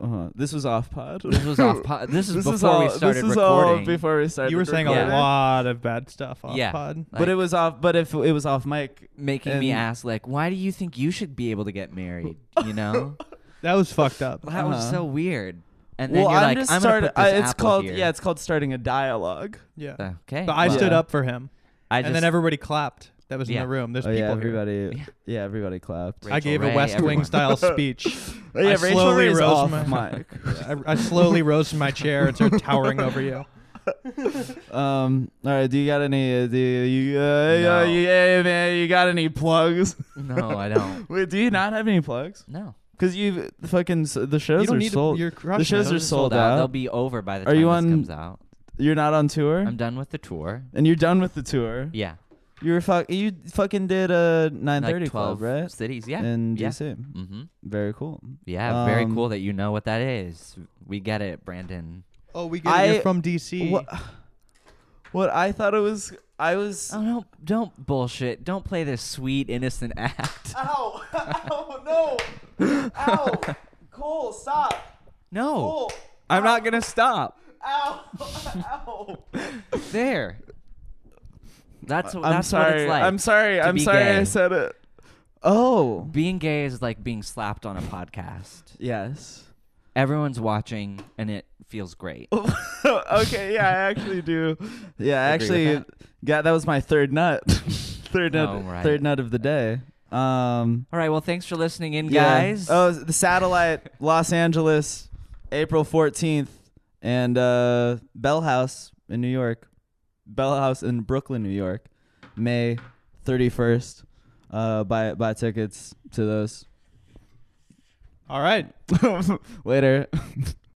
Speaker 2: Uh huh. This was off pod.
Speaker 3: This was off. Po- this is before
Speaker 2: all,
Speaker 3: we started
Speaker 2: This is
Speaker 3: recording.
Speaker 2: all before we started.
Speaker 1: you were saying
Speaker 3: recording.
Speaker 1: a lot of bad stuff off
Speaker 3: Yeah.
Speaker 1: pod.
Speaker 3: Like,
Speaker 2: but it was off. But if it was off mic,
Speaker 3: making me
Speaker 2: and-
Speaker 3: ask like, why do you think you should be able to get married? You know,
Speaker 1: That was fucked up.
Speaker 3: that was
Speaker 2: Uh-huh.
Speaker 3: so weird. And then
Speaker 2: well,
Speaker 3: you're
Speaker 2: I'm
Speaker 3: like,
Speaker 2: just
Speaker 3: I'm
Speaker 2: starting. uh,
Speaker 3: gonna put this
Speaker 2: it's
Speaker 3: apple
Speaker 2: called
Speaker 3: here. Uh,
Speaker 2: yeah, it's called starting a dialogue.
Speaker 1: Yeah.
Speaker 3: okay.
Speaker 1: But I
Speaker 2: well-
Speaker 1: stood
Speaker 2: Yeah.
Speaker 1: up for him,
Speaker 3: I
Speaker 1: and then everybody clapped. That was
Speaker 3: Yeah.
Speaker 1: in the room. There's
Speaker 2: oh
Speaker 1: people
Speaker 2: yeah,
Speaker 1: here.
Speaker 2: everybody.
Speaker 3: Yeah.
Speaker 2: Yeah. everybody clapped.
Speaker 1: I gave
Speaker 3: Rachel
Speaker 1: a
Speaker 3: Ray,
Speaker 1: West Wing
Speaker 3: everyone.
Speaker 1: style speech.
Speaker 2: Oh, yeah,
Speaker 1: I
Speaker 2: Rachel
Speaker 1: slowly
Speaker 2: Ray's
Speaker 1: rose
Speaker 2: off
Speaker 1: my-
Speaker 2: mic.
Speaker 1: I, I slowly rose from my chair and started towering over you.
Speaker 2: Um. All right. Do you got any? Uh, do you? Uh,
Speaker 3: No.
Speaker 2: uh, yeah, man. You got any plugs?
Speaker 3: no, I don't.
Speaker 2: Wait. Do you not have any plugs?
Speaker 3: No.
Speaker 2: Because you the fucking s- the
Speaker 1: you
Speaker 2: shows
Speaker 1: don't
Speaker 2: are
Speaker 1: need
Speaker 2: sold.
Speaker 1: to. You're crushing
Speaker 2: shows
Speaker 1: it.
Speaker 2: are sold out.
Speaker 3: They'll be over by the
Speaker 2: Are
Speaker 3: time
Speaker 2: you
Speaker 3: this
Speaker 2: on-
Speaker 3: comes out.
Speaker 2: you're not on tour,
Speaker 3: I'm done with the tour.
Speaker 2: and you're done with the tour.
Speaker 3: Yeah.
Speaker 2: You were fuck. You fucking did a 9:30
Speaker 3: like
Speaker 2: club,
Speaker 3: 12
Speaker 2: right?
Speaker 3: cities. Yeah.
Speaker 2: In
Speaker 3: yeah.
Speaker 2: DC.
Speaker 3: Mm-hmm.
Speaker 2: Very cool.
Speaker 3: Yeah, very
Speaker 2: Um,
Speaker 3: cool that you know what that is. We get it, Brandon.
Speaker 1: Oh, we get it.
Speaker 2: I-
Speaker 1: You're from DC.
Speaker 2: What? What I thought it was. I was.
Speaker 3: Oh, no, don't bullshit. Don't play this sweet, innocent act.
Speaker 2: Ow! Ow! No! Ow! Cole, stop!
Speaker 3: No,
Speaker 2: Oh. I'm not gonna stop.
Speaker 3: there. That's, wh-
Speaker 2: Uh, I'm
Speaker 3: that's
Speaker 2: sorry.
Speaker 3: what it's like.
Speaker 2: I'm sorry.
Speaker 3: to
Speaker 2: I'm
Speaker 3: be
Speaker 2: sorry. I
Speaker 3: gay.
Speaker 2: said it. Oh.
Speaker 3: Being gay is like being slapped on a podcast.
Speaker 2: Yes.
Speaker 3: Everyone's watching, and it feels great.
Speaker 2: Oh, okay. Yeah, I actually do. Yeah, I
Speaker 3: Agree with
Speaker 2: actually.
Speaker 3: that?
Speaker 2: Yeah, that was my third nut. third nut.
Speaker 3: Oh, right.
Speaker 2: Third nut of the day. Um.
Speaker 3: All right, well, thanks for listening in,
Speaker 2: Yeah.
Speaker 3: guys.
Speaker 2: Oh, the satellite, Los Angeles, April 14th, and uh, Bell House in New York, Bell House in Brooklyn, New York, May 31st. Uh, buy buy tickets to those
Speaker 1: All right.
Speaker 2: later.